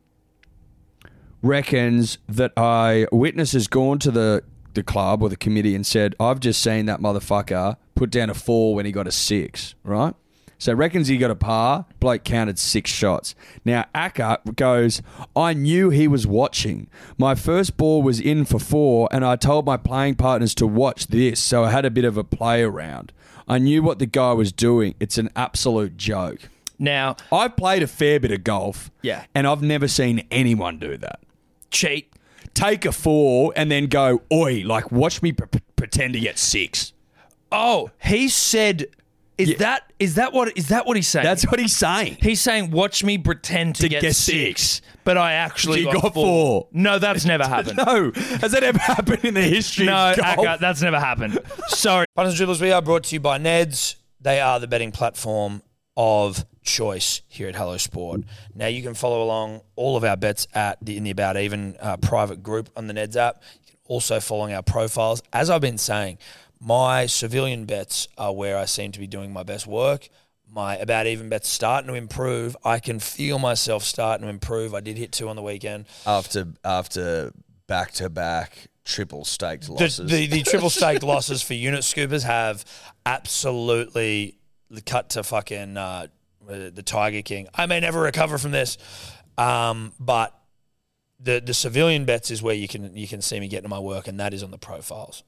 Speaker 3: reckons that a witness has gone to the, the club or the committee and said, I've just seen that motherfucker put down a four when he got a six, right? So reckons he got a par. Bloke counted six shots. Now Acker goes, I knew he was watching. My first ball was in for four, and I told my playing partners to watch this, so I had a bit of a play around. I knew what the guy was doing. It's an absolute joke.
Speaker 5: Now
Speaker 3: I've played a fair bit of golf.
Speaker 5: Yeah.
Speaker 3: And I've never seen anyone do that.
Speaker 5: cheat.
Speaker 3: Take a four and then go, oi, like, watch me pre- pretend to get six.
Speaker 5: Oh, he said, "Is
Speaker 3: Yeah.
Speaker 5: that is that what is that what he's saying?"
Speaker 3: That's what he's saying.
Speaker 5: He's saying, "Watch me pretend to,
Speaker 3: To
Speaker 5: get,
Speaker 3: get
Speaker 5: six,
Speaker 3: six.
Speaker 5: but I actually
Speaker 3: You
Speaker 5: got,
Speaker 3: got
Speaker 5: four.
Speaker 3: four.
Speaker 5: No, that's never happened. no,
Speaker 3: No. Has that ever happened in the history of golf?
Speaker 5: Akka, that's never happened. Sorry.
Speaker 2: Punters and Dribblers, we are brought to you by Neds. They are the betting platform of choice here at Hello Sport. Now you can follow along all of our bets at the in the About Even uh, private group on the Neds app. You can also follow our profiles. As I've been saying, my civilian bets are where I seem to be doing my best work. my about even bet's starting to improve. I can feel myself starting to improve. I did hit two on the weekend.
Speaker 1: after after back to back triple staked losses.
Speaker 2: The, the, the triple staked losses for unit scoopers have absolutely cut to fucking uh, the Tiger King. I may never recover from this, um, but the the civilian bets is where you can you can see me getting my work, and that is on the profiles.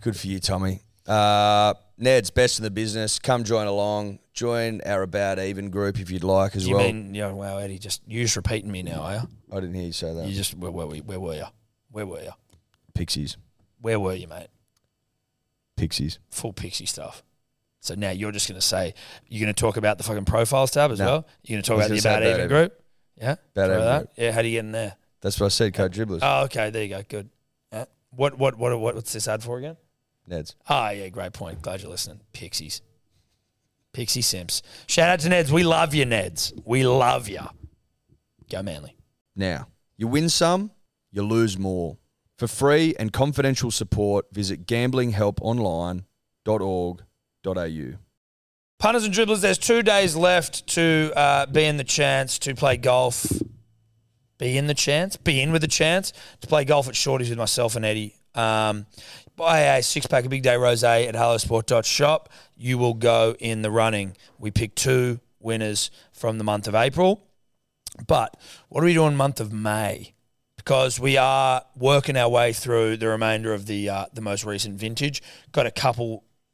Speaker 1: Good for you, Tommy. Uh, Ned's best in the business. Come join along. Join our About Even group if you'd like as
Speaker 2: You
Speaker 1: well.
Speaker 2: mean, yeah, wow, Eddie, just you just repeating me now, are you?
Speaker 1: I didn't hear you say that.
Speaker 2: You just where were we? Where were you? Where were you?
Speaker 1: Pixies.
Speaker 2: Where were you, mate?
Speaker 1: Pixies.
Speaker 2: Full pixie stuff. So now you're just going to say you're going to talk about the fucking profiles tab as
Speaker 1: No.
Speaker 2: well. You're going to talk
Speaker 1: I
Speaker 2: about
Speaker 1: was
Speaker 2: the
Speaker 1: gonna say
Speaker 2: about
Speaker 1: about
Speaker 2: even
Speaker 1: even.
Speaker 2: group. Yeah,
Speaker 1: About
Speaker 2: Remember
Speaker 1: Even
Speaker 2: that?
Speaker 1: group.
Speaker 2: Yeah, how do you get in there?
Speaker 1: That's what I said, Code Dribblers.
Speaker 2: Oh, okay, there you go. Good. Yeah. What, what what what what's this ad for again?
Speaker 1: Ned's.
Speaker 2: Ah, yeah, great point. Glad you're listening. Pixies, Pixie Simps. Shout out to Neds. We love you, Neds. We love you. Go Manly.
Speaker 1: Now, you win some, you lose more. For free and confidential support, visit gamblinghelponline.org.au.
Speaker 2: Punters and dribblers, there's two days left to uh, be in the chance to play golf. Be in the chance, be in with the chance to play golf at Shorty's with myself and Eddie. Um, buy a six pack of Big Day Rose at hallosport.shop. You will go in the running. We pick two winners from the month of April. But what are we doing month of May? Because we are working our way through the remainder of the uh, the most recent vintage. Got a couple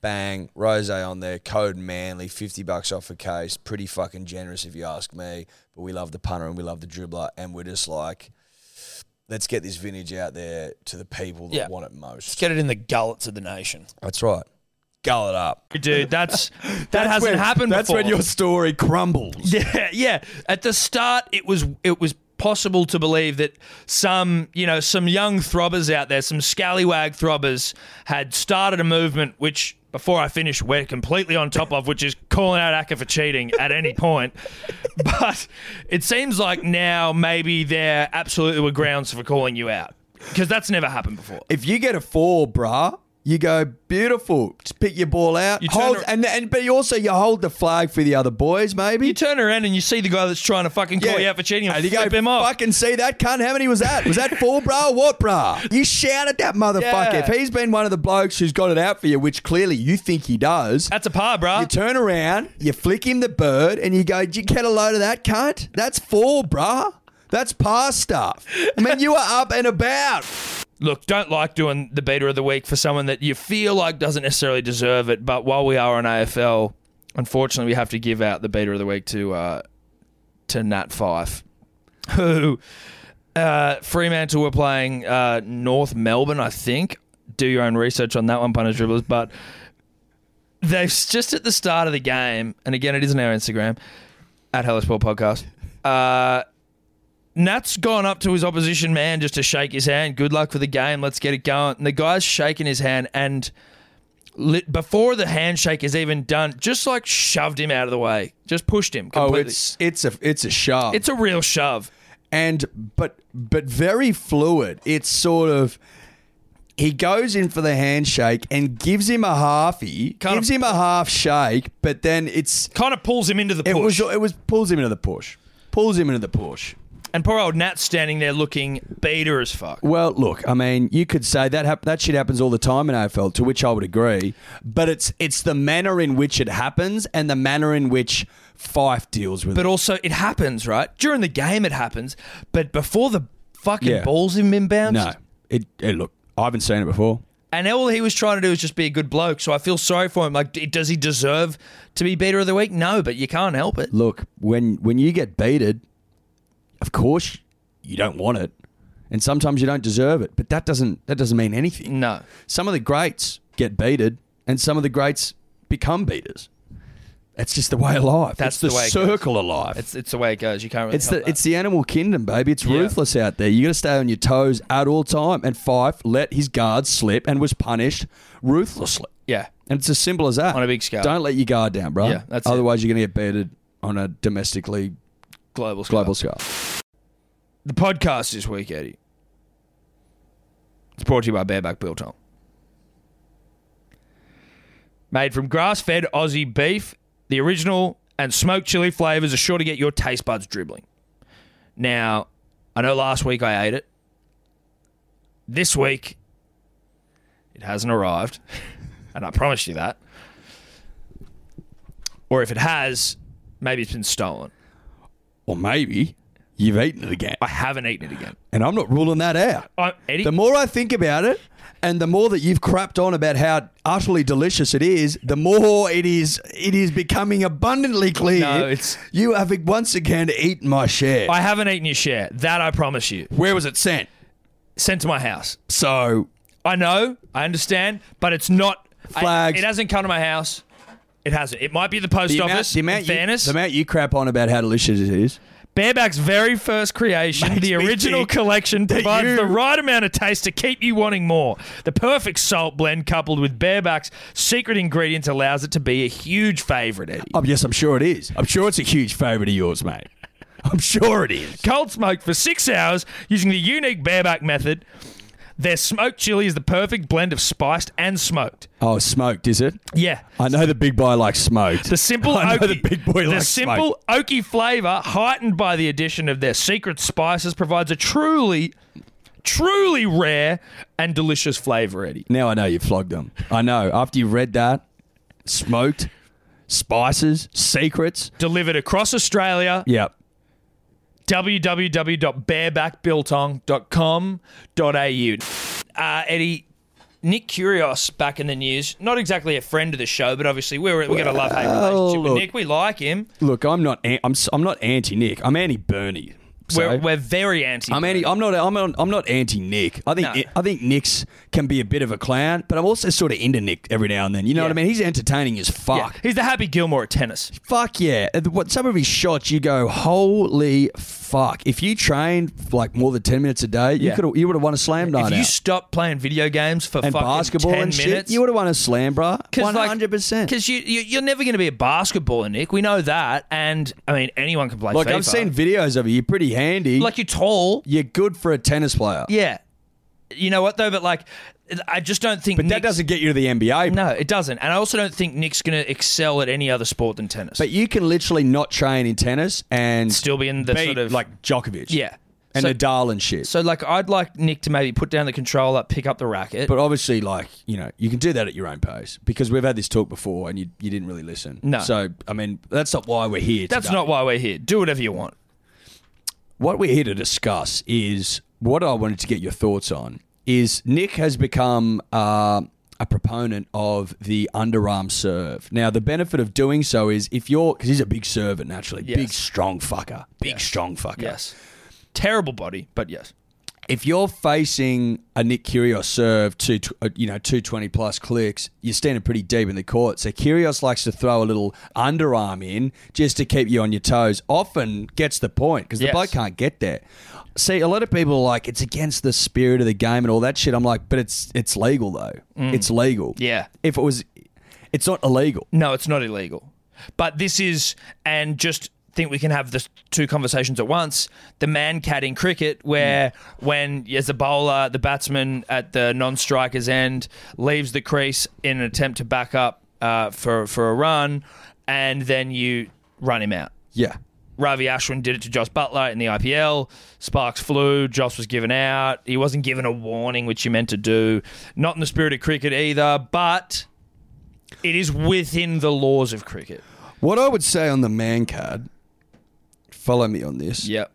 Speaker 1: bang, rose on there, code Manly, 50 bucks off a case. Pretty fucking generous if you ask me. But we love the punter and we love the dribbler. And we're just like, let's get this vintage out there to the people that
Speaker 2: Yeah.
Speaker 1: want it
Speaker 2: Let's
Speaker 1: most.
Speaker 2: get it in the gullets of the nation.
Speaker 1: That's right. Gull it up.
Speaker 5: Dude, that's that hasn't
Speaker 3: when,
Speaker 5: happened
Speaker 3: That's
Speaker 5: before.
Speaker 3: when your story crumbles.
Speaker 5: Yeah, yeah. At the start, it was it was possible to believe that some you know some young throbbers out there, some scallywag throbbers, had started a movement which. Before I finish, we're completely on top of, which is calling out Acker for cheating at any point. But it seems like now maybe there absolutely were grounds for calling you out because that's never happened before.
Speaker 3: If you get a four, bruh, you go beautiful. Just pick your ball out,
Speaker 5: turn
Speaker 3: hold,
Speaker 5: ar-
Speaker 3: and and but you also you hold the flag for the other boys, maybe.
Speaker 5: You turn around and you see the guy that's trying to fucking call you out for cheating and,
Speaker 3: and you go,
Speaker 5: flip him off.
Speaker 3: fucking see that cunt. How many was that? Was that four, bruh, or what, bruh? You shout at that motherfucker. If
Speaker 5: Yeah.
Speaker 3: he's been one of the blokes who's got it out for you, which clearly you think he does,
Speaker 5: That's a par, bruh.
Speaker 3: You turn around, you flick him the bird, and you go, Did you get a load of that cunt? That's four, bruh. That's par stuff. I mean, you are up and about.
Speaker 5: look, don't like doing the beta of the week for someone that you feel like doesn't necessarily deserve it. But while we are on AFL, unfortunately, we have to give out the beta of the week to uh, to Nat Fife, who uh, Fremantle were playing uh, North Melbourne, I think. Do your own research on that one, punter dribblers. But they've just at the start of the game, and again, it is on our Instagram at Hello Sport Podcast. Uh, Nat's gone up to his opposition man just to shake his hand. Good luck for the game. Let's get it going. And the guy's shaking his hand and lit, before the handshake is even done, just like shoved him out of the way. Just pushed him
Speaker 3: Oh,
Speaker 5: completely.
Speaker 3: it's it's a it's a shove.
Speaker 5: it's a real shove.
Speaker 3: and but but very fluid. It's sort of he goes in for the handshake and gives him a halfy,
Speaker 5: Kind of-
Speaker 3: gives him a half shake, but then it's
Speaker 5: Kind of pulls him into the push.
Speaker 3: it was it was pulls him into the push, pulls him into the push.
Speaker 5: and poor old Nat's standing there looking beta as fuck.
Speaker 3: Well, look, I mean, you could say that hap- that shit happens all the time in AFL, to which I would agree. But it's it's the manner in which it happens and the manner in which Fife deals with
Speaker 5: But
Speaker 3: it.
Speaker 5: also, it happens, right? During the game, it happens. But before the fucking
Speaker 3: Yeah.
Speaker 5: ball's him inbounds,
Speaker 3: No, it, it look, I haven't seen it before.
Speaker 5: And all he was trying to do was just be a good bloke. So I feel sorry for him. Like, d- does he deserve to be beater of the week? No, but you can't help it.
Speaker 3: Look, when when you get beated, of course you don't want it, and sometimes you don't deserve it. But that doesn't that doesn't mean anything.
Speaker 5: No.
Speaker 3: Some of the greats get beated, and some of the greats become beaters. It's just the way of life.
Speaker 5: That's
Speaker 3: It's the,
Speaker 5: the way it goes.
Speaker 3: circle of life.
Speaker 5: It's it's the way it goes. You can't really.
Speaker 3: It's
Speaker 5: help
Speaker 3: the
Speaker 5: that.
Speaker 3: it's the animal kingdom, baby. It's ruthless out there. You got to stay on your toes at all time. And Fife let his guard slip and was punished ruthlessly.
Speaker 5: yeah.
Speaker 3: And it's as simple as that.
Speaker 5: On a big scale.
Speaker 3: Don't let your guard down, bro.
Speaker 5: Yeah, that's it.
Speaker 3: Otherwise, you're going to get beated on a domestically
Speaker 5: Global. scale.
Speaker 3: global scale.
Speaker 5: The podcast this week, Eddie. It's brought to you by Bareback Biltong. Made from grass fed Aussie beef, the original and smoked chili flavors are sure to get your taste buds dribbling. Now, I know last week I ate it. This week, it hasn't arrived. And I promised you that. Or if it has, maybe it's been stolen.
Speaker 3: Or maybe you've eaten it again.
Speaker 5: I haven't eaten it again.
Speaker 3: And I'm not ruling that out.
Speaker 5: Oh, I, Eddie,
Speaker 3: The more I think about it, and the more that you've crapped on about how utterly delicious it is, the more it is it is becoming abundantly clear.
Speaker 5: No, it's-
Speaker 3: you have once again eaten my share.
Speaker 5: I haven't eaten your share. That I promise you.
Speaker 3: Where was it sent?
Speaker 5: Sent to my house.
Speaker 3: So
Speaker 5: I know. I understand. But it's not. I-
Speaker 3: Flags.
Speaker 5: it hasn't come to my house. It hasn't. It might be the post
Speaker 3: the amount,
Speaker 5: office.
Speaker 3: the, amount
Speaker 5: in
Speaker 3: you,
Speaker 5: fairness.
Speaker 3: the amount you crap on about how delicious it is.
Speaker 5: Bareback's very first creation,
Speaker 3: Makes
Speaker 5: the
Speaker 3: me
Speaker 5: original
Speaker 3: think
Speaker 5: collection,
Speaker 3: that
Speaker 5: provides
Speaker 3: you-
Speaker 5: the right amount of taste to keep you wanting more. The perfect salt blend coupled with Bareback's secret ingredient allows it to be a huge favourite, Eddie.
Speaker 3: Oh, yes, I'm sure it is. I'm sure it's a huge favourite of yours, mate. I'm sure it is.
Speaker 5: cold smoked for six hours using the unique bareback method. Their smoked chili is the perfect blend of spiced and smoked.
Speaker 3: Oh, smoked, is it?
Speaker 5: Yeah.
Speaker 3: I know the big boy likes smoked.
Speaker 5: The simple,
Speaker 3: I know
Speaker 5: oaky,
Speaker 3: the big boy
Speaker 5: the
Speaker 3: likes smoked.
Speaker 5: simple oaky flavor, heightened by the addition of their secret spices, provides a truly, truly rare and delicious flavor, Eddie.
Speaker 3: Now I know you flogged them. I know. After you read that, smoked, spices, secrets.
Speaker 5: Delivered across Australia,
Speaker 3: Yep.
Speaker 5: www.barebackbiltong.com.au. Uh, Eddie, Nick Curios back in the news. Not exactly a friend of the show, but obviously we're, we got a love hate relationship with
Speaker 3: look.
Speaker 5: Nick. We like him.
Speaker 3: Look, I'm not. An- I'm. s- I'm not anti Nick. I'm anti Bernie. So-
Speaker 5: We're, we're very anti.
Speaker 3: I'm anti. I'm not. I'm. Not, I'm not anti Nick. I think.
Speaker 5: No.
Speaker 3: I think Nick's can be a bit of a clown, but I'm also sort of into Nick every now and then. You know what I
Speaker 5: Yeah.
Speaker 3: mean? He's entertaining as
Speaker 5: Yeah,
Speaker 3: fuck.
Speaker 5: He's the Happy Gilmore at tennis.
Speaker 3: Fuck yeah! And What some of his shots, you go, holy fuck! If you trained like more than ten minutes a day, you
Speaker 5: Yeah.
Speaker 3: could. You would have won a slam dunk
Speaker 5: if you
Speaker 3: out.
Speaker 5: stop playing video games for
Speaker 3: and
Speaker 5: fucking
Speaker 3: basketball
Speaker 5: 10
Speaker 3: and shit,
Speaker 5: minutes,
Speaker 3: you would have won a slam, bro. One hundred percent.
Speaker 5: Because you, you, you're never going to be a basketballer, Nick. We know that. And, I mean, anyone can play
Speaker 3: Like
Speaker 5: FIFA.
Speaker 3: I've seen videos of you. You're pretty handy.
Speaker 5: Like, you're tall.
Speaker 3: you're good for a tennis player.
Speaker 5: Yeah. You know what, though? But, like, I just don't think
Speaker 3: but that
Speaker 5: Nick's-
Speaker 3: doesn't get you to the NBA.
Speaker 5: No, it doesn't. And I also don't think Nick's going to excel at any other sport than tennis.
Speaker 3: But you can literally not train in tennis and
Speaker 5: Still be in the
Speaker 3: beat,
Speaker 5: sort of-
Speaker 3: like Djokovic.
Speaker 5: yeah.
Speaker 3: and
Speaker 5: so,
Speaker 3: Nadal and shit.
Speaker 5: so, like, I'd like Nick to maybe put down the controller, pick up the racket.
Speaker 3: but obviously, like you know, you can do that at your own pace because we've had this talk before, and you, you didn't really listen.
Speaker 5: No.
Speaker 3: So I mean, that's not why we're here.
Speaker 5: that's
Speaker 3: today.
Speaker 5: not why we're here. Do whatever you want.
Speaker 3: what we're here to discuss. Is what I wanted to get your thoughts on is Nick has become uh, a proponent of the underarm serve. Now, the benefit of doing so is if you're because he's a big server naturally,
Speaker 5: Yes.
Speaker 3: big strong fucker, big strong fucker.
Speaker 5: Yes. Terrible body, but yes.
Speaker 3: if you're facing a Nick Kyrgios serve to tw- uh, you know 220 plus clicks, you're standing pretty deep in the court. So Kyrgios likes to throw a little underarm in just to keep you on your toes. Often gets the point because the
Speaker 5: Yes.
Speaker 3: bloke can't get there. See, a lot of people are like it's against the spirit of the game and all that shit. I'm like, but it's it's legal though. It's legal.
Speaker 5: Mm. Yeah.
Speaker 3: If it was, it's not illegal.
Speaker 5: No, it's not illegal. But this is, and just think we can have the two conversations at once. The man cat in cricket, where when as a bowler, the batsman at the non-striker's end leaves the crease in an attempt to back up uh, for for a run, and then you run him out.
Speaker 3: Yeah.
Speaker 5: Ravi Ashwin did it to Josh Butler in the IPL. Sparks flew. Josh was given out. He wasn't given a warning, which you meant to do. Not in the spirit of cricket either, but it is within the laws of cricket.
Speaker 3: What I would say on the man card, follow me on this.
Speaker 5: Yep.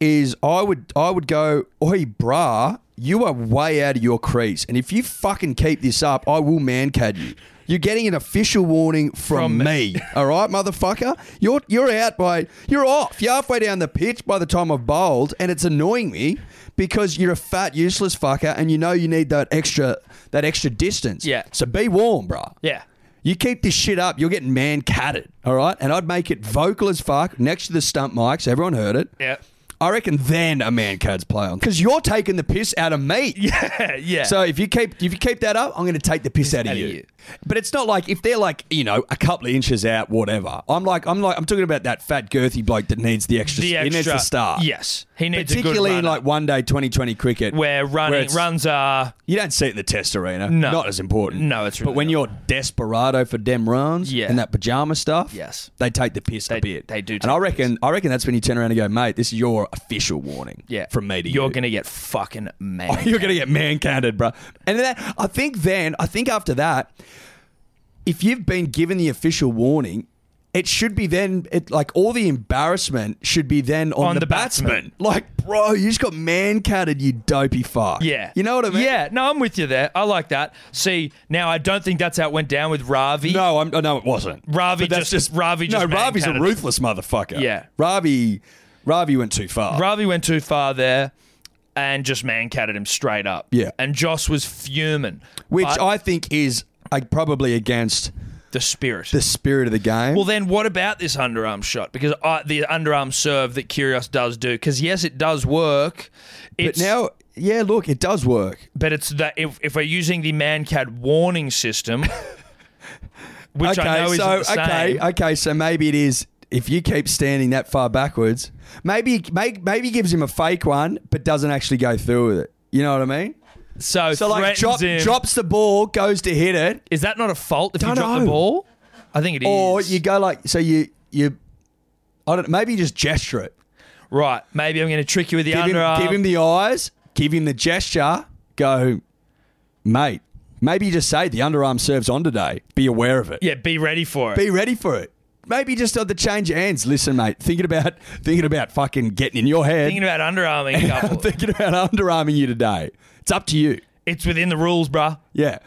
Speaker 3: is I would I would go, oi brah, you are way out of your crease, and if you fucking keep this up, I will man cad you. You're getting an official warning from,
Speaker 5: From
Speaker 3: me, all right, motherfucker. You're you're out by you're off. You're halfway down the pitch by the time I've bowled, and it's annoying me because you're a fat, useless fucker, and you know you need that extra that extra distance.
Speaker 5: Yeah.
Speaker 3: So be warm, brah.
Speaker 5: Yeah.
Speaker 3: You keep this shit up, you're getting man catted, all right? And I'd make it vocal as fuck next to the stump mic so everyone heard it.
Speaker 5: Yeah.
Speaker 3: I reckon then a man cat's play on because you're taking the piss out of me.
Speaker 5: Yeah, yeah.
Speaker 3: So if you keep if you keep that up, I'm going to take the piss out, of,
Speaker 5: out of
Speaker 3: you.
Speaker 5: you.
Speaker 3: But it's not like if they're like you know a couple of inches out, whatever. I'm like I'm like I'm talking about that fat girthy bloke that needs the extra.
Speaker 5: the
Speaker 3: he
Speaker 5: extra
Speaker 3: needs the star.
Speaker 5: Yes, he needs
Speaker 3: particularly
Speaker 5: a good
Speaker 3: in
Speaker 5: runner.
Speaker 3: like one day 2020 cricket
Speaker 5: where running
Speaker 3: it's-
Speaker 5: runs are
Speaker 3: you don't see it in the test arena.
Speaker 5: No.
Speaker 3: not as important.
Speaker 5: No, it's
Speaker 3: but
Speaker 5: really
Speaker 3: when
Speaker 5: not.
Speaker 3: you're desperado for dem runs
Speaker 5: Yeah.
Speaker 3: and that pajama stuff,
Speaker 5: Yes.
Speaker 3: they take the piss
Speaker 5: They-
Speaker 3: a bit.
Speaker 5: they do
Speaker 3: and I
Speaker 5: take the
Speaker 3: reckon I reckon that's when you turn around and go, mate, this is your official warning.
Speaker 5: yeah
Speaker 3: from me to you. Oh,
Speaker 5: You're gonna get fucking mad.
Speaker 3: You're gonna get man counted, bro. And then I think then I think after that, if you've been given the official warning, it should be then it like all the embarrassment should be then on,
Speaker 5: On
Speaker 3: the,
Speaker 5: the
Speaker 3: batsman.
Speaker 5: batsman.
Speaker 3: Like, bro, you just got man counted, you dopey fuck.
Speaker 5: yeah,
Speaker 3: you know what I mean.
Speaker 5: Yeah, no, I'm with you there. I like that. See, now I don't think that's how it went down with Ravi.
Speaker 3: No, I'm, oh, no, it wasn't.
Speaker 5: Ravi
Speaker 3: But that's
Speaker 5: just- Ravi
Speaker 3: no.
Speaker 5: just man
Speaker 3: Ravi's a
Speaker 5: counted.
Speaker 3: ruthless motherfucker.
Speaker 5: Yeah.
Speaker 3: Ravi, Ravi went too far.
Speaker 5: Ravi went too far there. And just man catted him straight up.
Speaker 3: Yeah.
Speaker 5: And Joss was fuming.
Speaker 3: which
Speaker 5: But
Speaker 3: I think is like probably against
Speaker 5: the spirit.
Speaker 3: the spirit of the game.
Speaker 5: Well, then what about this underarm shot? Because I, the underarm serve that Kyrgios does do, because yes, it does work.
Speaker 3: but
Speaker 5: It's-
Speaker 3: now, yeah, look, it does work.
Speaker 5: but it's that if, if we're using the ManCAD warning system, which I know
Speaker 3: so
Speaker 5: isn't the same.
Speaker 3: okay, okay, so maybe it is. If you keep standing that far backwards, maybe maybe, maybe he gives him a fake one, but doesn't actually go through with it. You know what I mean?
Speaker 5: so
Speaker 3: So like,
Speaker 5: threatens
Speaker 3: drop,
Speaker 5: him.
Speaker 3: drops the ball, goes to hit it,
Speaker 5: Is that not a fault if you
Speaker 3: Don't
Speaker 5: drop
Speaker 3: know.
Speaker 5: the ball? I think it is.
Speaker 3: or you go like, so you you, I don't. Maybe you just gesture it.
Speaker 5: right? Maybe I'm going to trick you with the
Speaker 3: Give him,
Speaker 5: underarm.
Speaker 3: give him the eyes. Give him the gesture. Go, mate. Maybe you just say the underarm serves on today. Be aware of it.
Speaker 5: yeah, be ready for it.
Speaker 3: be ready for it. Maybe just on the change of hands. Listen, mate, thinking about thinking about fucking getting in your head.
Speaker 5: Thinking about underarming a
Speaker 3: I'm
Speaker 5: couple.
Speaker 3: thinking about underarming you today. It's up to you.
Speaker 5: it's within the rules, bruh.
Speaker 3: Yeah.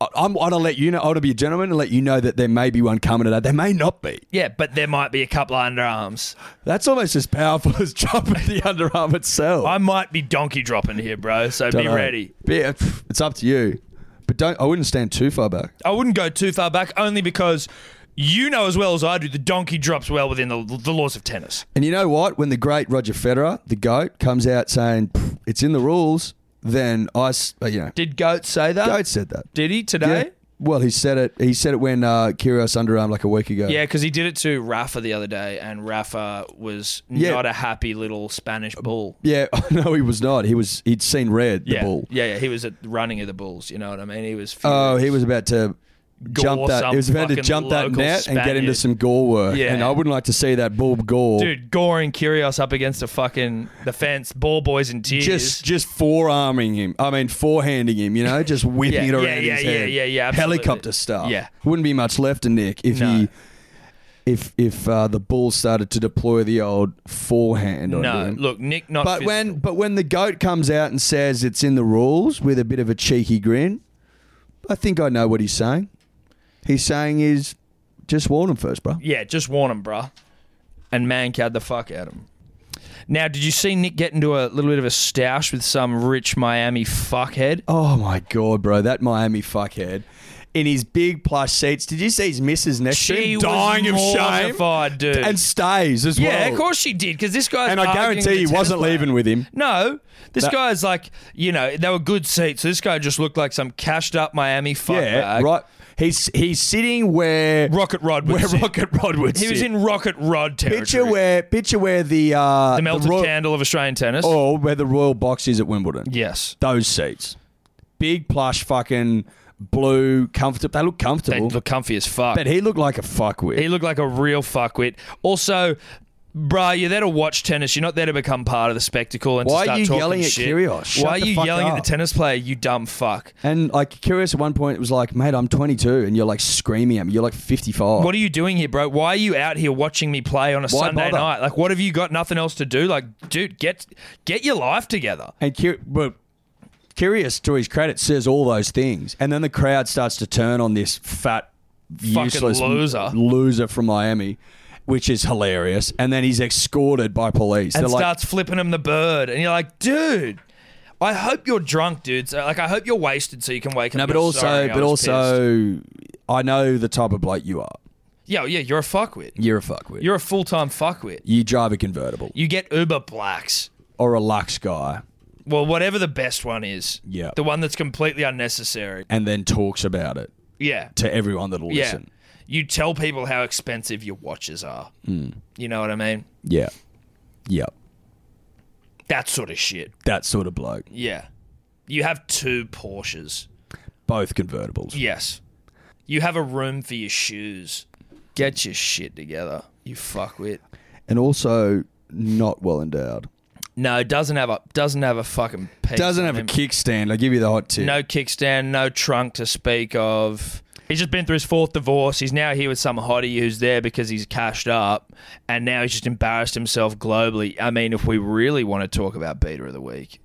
Speaker 3: I- I'm, I'll let you know. I'll be a gentleman and let you know that there may be one coming today. There may not be.
Speaker 5: Yeah, but there might be a couple of underarms.
Speaker 3: That's almost as powerful as dropping the underarm itself.
Speaker 5: I might be donkey dropping here, bro. So
Speaker 3: Don't
Speaker 5: be
Speaker 3: know.
Speaker 5: ready.
Speaker 3: Be- it's up to you. But don't. I wouldn't stand too far back.
Speaker 5: I wouldn't go too far back, only because you know as well as I do, the donkey drops well within the, the laws of tennis.
Speaker 3: And you know what? When the great Roger Federer, the goat, comes out saying "Pff, it's in the rules, then I, s- uh, you know,
Speaker 5: Did Goat say that?
Speaker 3: goat said that.
Speaker 5: Did he
Speaker 3: Yeah.
Speaker 5: today?
Speaker 3: Well, he said it. He said it when uh, Kyrgios underarm like a week ago.
Speaker 5: Yeah, because he did it to Rafa the other day, and Rafa was
Speaker 3: Yeah.
Speaker 5: not a happy little Spanish bull.
Speaker 3: Yeah. No, he was not. He was. He'd seen red. The
Speaker 5: yeah.
Speaker 3: ball.
Speaker 5: Yeah, yeah, he was at the running of the bulls. You know what I mean? He was.
Speaker 3: Oh,
Speaker 5: furious.
Speaker 3: he was about to jump
Speaker 5: Gore
Speaker 3: that. He
Speaker 5: some
Speaker 3: was about to
Speaker 5: fucking
Speaker 3: jump that
Speaker 5: local
Speaker 3: net and get into
Speaker 5: Spaniard.
Speaker 3: some gore work.
Speaker 5: Yeah.
Speaker 3: And I wouldn't like to see that bull gore.
Speaker 5: Dude, goring Kyrgios up against the fucking the fence, ball boys in tears.
Speaker 3: Just, just forearming him. I mean, forehanding him. You know, just whipping
Speaker 5: Yeah,
Speaker 3: it around
Speaker 5: yeah, yeah,
Speaker 3: his
Speaker 5: yeah,
Speaker 3: head.
Speaker 5: yeah, yeah, absolutely.
Speaker 3: Helicopter stuff.
Speaker 5: Yeah.
Speaker 3: Wouldn't be much left of Nick if
Speaker 5: No.
Speaker 3: he, if if uh, the bull started to deploy the old forehand. onto
Speaker 5: no,
Speaker 3: him.
Speaker 5: look, Nick, not.
Speaker 3: But
Speaker 5: physical.
Speaker 3: when but when the goat comes out and says it's in the rules with a bit of a cheeky grin, I think I know what he's saying. He's saying is just warn him first, bro.
Speaker 5: Yeah, just warn him, bruh. And man cowed the fuck out of him. Now, did you see Nick get into a little bit of a stoush with some rich Miami fuckhead?
Speaker 3: Oh my god, bro, that Miami fuckhead in his big plush seats. Did you see his missus next to
Speaker 5: She
Speaker 3: him
Speaker 5: was
Speaker 3: dying of shame
Speaker 5: mortified, dude.
Speaker 3: and stays as
Speaker 5: yeah,
Speaker 3: well?
Speaker 5: of course she did, because this guy's
Speaker 3: And I
Speaker 5: arguing with
Speaker 3: guarantee he
Speaker 5: the tennis
Speaker 3: wasn't
Speaker 5: player.
Speaker 3: leaving with him.
Speaker 5: No, this
Speaker 3: That-
Speaker 5: guy's like, you know, they were good seats. So this guy just looked like some cashed up Miami fuckbag.
Speaker 3: yeah, right. He's he's sitting where
Speaker 5: Rocket Rod would
Speaker 3: where
Speaker 5: sit.
Speaker 3: Rocket Rod would
Speaker 5: He was
Speaker 3: sit.
Speaker 5: in Rocket Rod territory.
Speaker 3: picture where picture where the uh,
Speaker 5: the melted
Speaker 3: Roy- Oh.
Speaker 5: candle of Australian tennis.
Speaker 3: or where the Royal Box is at Wimbledon.
Speaker 5: Yes,
Speaker 3: those seats. Big plush fucking blue comfortable. They look
Speaker 5: they
Speaker 3: comfortable.
Speaker 5: look comfy as fuck.
Speaker 3: but he looked like a fuckwit.
Speaker 5: He looked like a real fuckwit. Also, bruh, you're there to watch tennis. You're not there to become part of the spectacle and to
Speaker 3: Why are
Speaker 5: start
Speaker 3: you
Speaker 5: talking
Speaker 3: yelling at
Speaker 5: shit.
Speaker 3: Kyrgios? Shut
Speaker 5: Why are
Speaker 3: the
Speaker 5: you
Speaker 3: fuck
Speaker 5: yelling at
Speaker 3: up.
Speaker 5: the tennis player? You dumb fuck.
Speaker 3: and like curious at one point it was like, mate, I'm 22 and you're like screaming at me. You're like 55.
Speaker 5: What are you doing here, bro? Why are you out here watching me play on a
Speaker 3: Oh. Why
Speaker 5: Sunday
Speaker 3: bother?
Speaker 5: night? Like, what have you got? Nothing else to do? Like, dude, get get your life together.
Speaker 3: and cur- but curious to his credit says all those things, and then the crowd starts to turn on this fat useless
Speaker 5: loser.
Speaker 3: loser from Miami. Which is hilarious, and then he's escorted by police.
Speaker 5: And
Speaker 3: They're like,
Speaker 5: starts flipping him the bird, and you're like, dude. I hope you're drunk, dude. So, like, I hope you're wasted so you can wake up.
Speaker 3: No, but
Speaker 5: and go,
Speaker 3: also,
Speaker 5: "Sorry, I
Speaker 3: but
Speaker 5: was pissed."
Speaker 3: also, I know the type of bloke you are.
Speaker 5: Yo, yeah, you're a fuckwit.
Speaker 3: You're a fuckwit.
Speaker 5: You're a full time fuckwit.
Speaker 3: you drive a convertible
Speaker 5: You get Uber Blacks.
Speaker 3: or a Lux guy,
Speaker 5: Well, whatever the best one is.
Speaker 3: Yeah.
Speaker 5: The one that's completely unnecessary.
Speaker 3: and then talks about it
Speaker 5: Yeah.
Speaker 3: to everyone that'll
Speaker 5: Yeah.
Speaker 3: listen.
Speaker 5: You tell people how expensive your watches are.
Speaker 3: Hmm.
Speaker 5: You know what I mean?
Speaker 3: Yeah, yeah,
Speaker 5: That sort of shit.
Speaker 3: that sort of bloke.
Speaker 5: Yeah. You have two Porsches.
Speaker 3: Both convertibles.
Speaker 5: Yes. You have a room for your shoes. Get your shit together, you fuckwit.
Speaker 3: and also not well endowed.
Speaker 5: No, it doesn't have a doesn't have a fucking piece.
Speaker 3: Doesn't have a kickstand. I give you the hot tip.
Speaker 5: no kickstand, no trunk to speak of. He's just been through his fourth divorce. He's now here with some hottie who's there because he's cashed up, and now he's just embarrassed himself globally. I mean, if we really want to talk about beta of the week,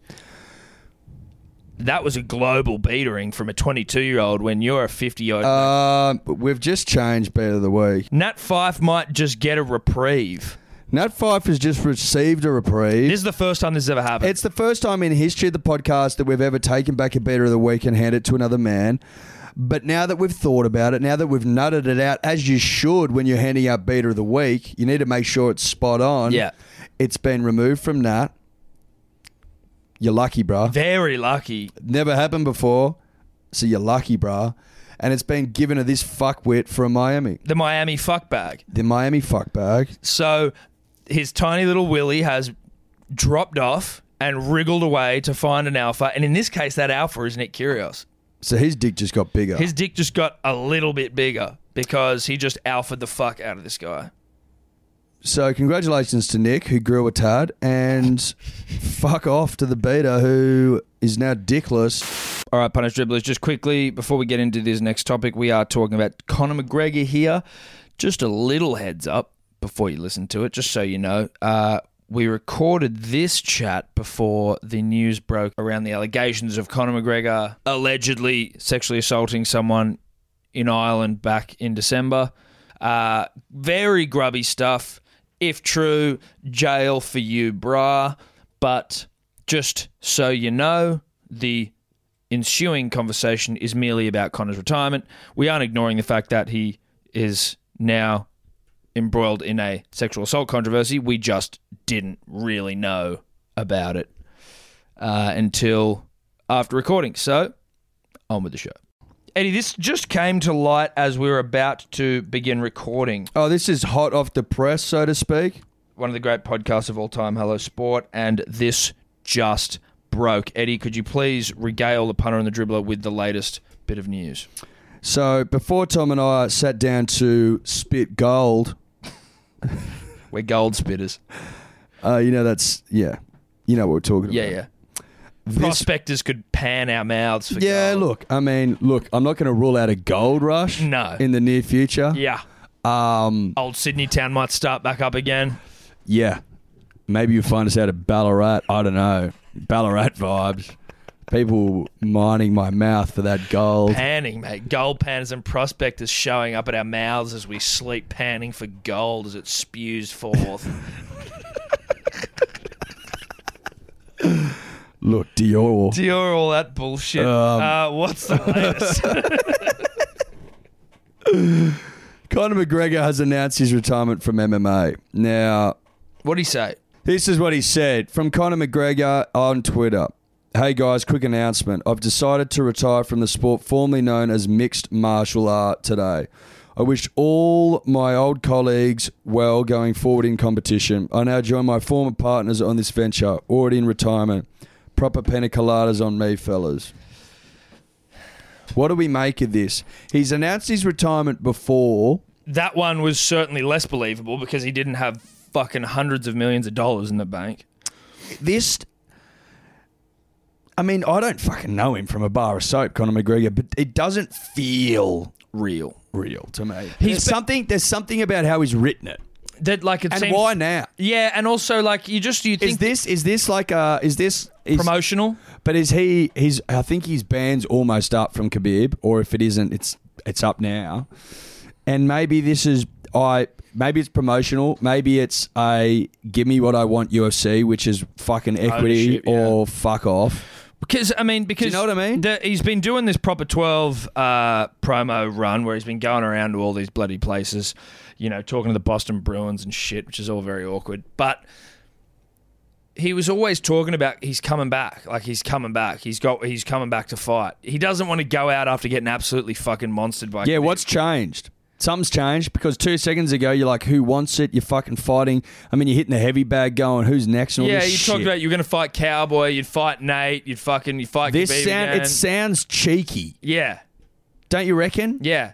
Speaker 5: that was a global beatering from a 22 year old when you're a 50 year old.
Speaker 3: Um, but we've just changed better of the week.
Speaker 5: Nat Fife might just get a reprieve.
Speaker 3: Nat Fife has just received a reprieve.
Speaker 5: This is the first time this has ever happened.
Speaker 3: It's the first time in history of the podcast that we've ever taken back a beater of the week and hand it to another man. But now that we've thought about it, now that we've nutted it out, as you should when you're handing out beater of the week, you need to make sure it's spot on.
Speaker 5: Yeah.
Speaker 3: It's been removed from Nat. You're lucky, bruh.
Speaker 5: very lucky.
Speaker 3: Never happened before. So you're lucky, bruh. And it's been given to this fuckwit from Miami.
Speaker 5: The Miami fuckbag.
Speaker 3: The Miami fuckbag.
Speaker 5: So his tiny little Willy has dropped off and wriggled away to find an alpha. And in this case, that alpha is Nick Kyrgios.
Speaker 3: So his dick just got bigger.
Speaker 5: His dick just got a little bit bigger because he just alphaed the fuck out of this guy.
Speaker 3: So congratulations to Nick who grew a tad, and fuck off to the beta who is now dickless.
Speaker 5: All right, punish dribblers. Just quickly before we get into this next topic, we are talking about Conor McGregor here. Just a little heads up before you listen to it, just so you know. Uh, we recorded this chat before the news broke around the allegations of Conor McGregor allegedly sexually assaulting someone in Ireland back in December. Uh, very grubby stuff. If true, jail for you, brah. But just so you know, the ensuing conversation is merely about Connor's retirement. We aren't ignoring the fact that he is now embroiled in a sexual assault controversy. We just didn't really know about it uh, until after recording. So, on with the show. Eddie, this just came to light as we were about to begin recording
Speaker 3: Oh, this is hot off the press, so to speak.
Speaker 5: one of the great podcasts of all time, Hello Sport, and this just broke. Eddie, could you please regale the punter and the dribbler with the latest bit of news?
Speaker 3: So before Tom and I sat down to spit gold,
Speaker 5: We're gold spitters.
Speaker 3: uh, you know that's yeah, you know what we're talking
Speaker 5: Yeah,
Speaker 3: about.
Speaker 5: yeah.
Speaker 3: This-
Speaker 5: Prospectors could pan our mouths for
Speaker 3: yeah.
Speaker 5: gold.
Speaker 3: Look, I mean, look, I'm not going to rule out a gold rush
Speaker 5: No.
Speaker 3: in the near future.
Speaker 5: Yeah.
Speaker 3: Um,
Speaker 5: Old Sydney town might start back up again.
Speaker 3: yeah, maybe you find us out at Ballarat. I don't know, Ballarat vibes. People mining my mouth for that gold.
Speaker 5: Panning, mate. Gold panners and prospectors showing up at our mouths as we sleep, panning for gold as it spews forth.
Speaker 3: Look, Dior.
Speaker 5: Dior, all that bullshit. uh, what's the latest?
Speaker 3: Conor McGregor has announced his retirement from MMA. Now,
Speaker 5: what do you say?
Speaker 3: this is what he said from Conor McGregor on Twitter. Hey guys, quick announcement. I've decided to retire from the sport formerly known as mixed martial art today. I wish all my old colleagues well going forward in competition. I now join my former partners on this venture, already in retirement. Proper pina coladas on me, fellas. What do we make of this? He's announced his retirement before
Speaker 5: that one was certainly less believable because he didn't have fucking hundreds of millions of dollars in the bank.
Speaker 3: this. I mean, I don't fucking know him from a bar of soap, Conor McGregor, but it doesn't feel
Speaker 5: Real.
Speaker 3: real to me.
Speaker 5: He's
Speaker 3: there's something. There's something about how he's written it,
Speaker 5: That like it
Speaker 3: and
Speaker 5: seems
Speaker 3: why now?
Speaker 5: Yeah, and also like you just you
Speaker 3: Is
Speaker 5: think
Speaker 3: this is this like uh is this is,
Speaker 5: promotional?
Speaker 3: But is he? He's. I think his band's almost up from Khabib, or if it isn't, it's it's up now. And maybe this is I. Maybe it's promotional. Maybe it's a give me what I want UFC, which is fucking equity
Speaker 5: Ownership, yeah.
Speaker 3: or fuck off.
Speaker 5: Because I mean, because
Speaker 3: know what I mean?
Speaker 5: the- he's been doing this proper twelve uh, promo run where he's been going around to all these bloody places, you know, talking to the Boston Bruins and shit, which is all very awkward. But he was always talking about he's coming back, like he's coming back. He's got he's coming back to fight. He doesn't want to go out after getting absolutely fucking monstered by.
Speaker 3: Yeah, what's changed? Something's changed because two seconds ago you're like, who wants it? You're fucking fighting. I mean, you're hitting the heavy bag, going, who's next? And all
Speaker 5: yeah,
Speaker 3: this
Speaker 5: you
Speaker 3: shit.
Speaker 5: talked about you were going to fight Cowboy, you'd fight Nate, you'd fucking you fight
Speaker 3: this.
Speaker 5: Khabib
Speaker 3: Sound
Speaker 5: again.
Speaker 3: it sounds cheeky,
Speaker 5: yeah.
Speaker 3: don't you reckon?
Speaker 5: Yeah.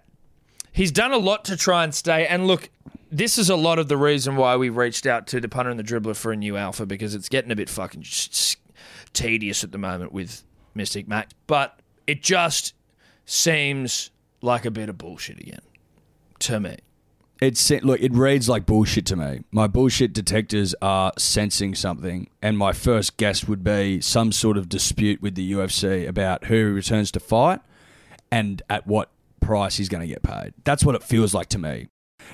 Speaker 5: He's done a lot to try and stay. And look, this is a lot of the reason why we reached out to the punter and the dribbler for a new alpha because it's getting a bit fucking s- s- tedious at the moment with Mystic Max. But it just seems like a bit of bullshit again to me.
Speaker 3: It's look, it reads like bullshit to me. My bullshit detectors are sensing something, and my first guess would be some sort of dispute with the UFC about who returns to fight and at what price he's going to get paid. That's what it feels like to me.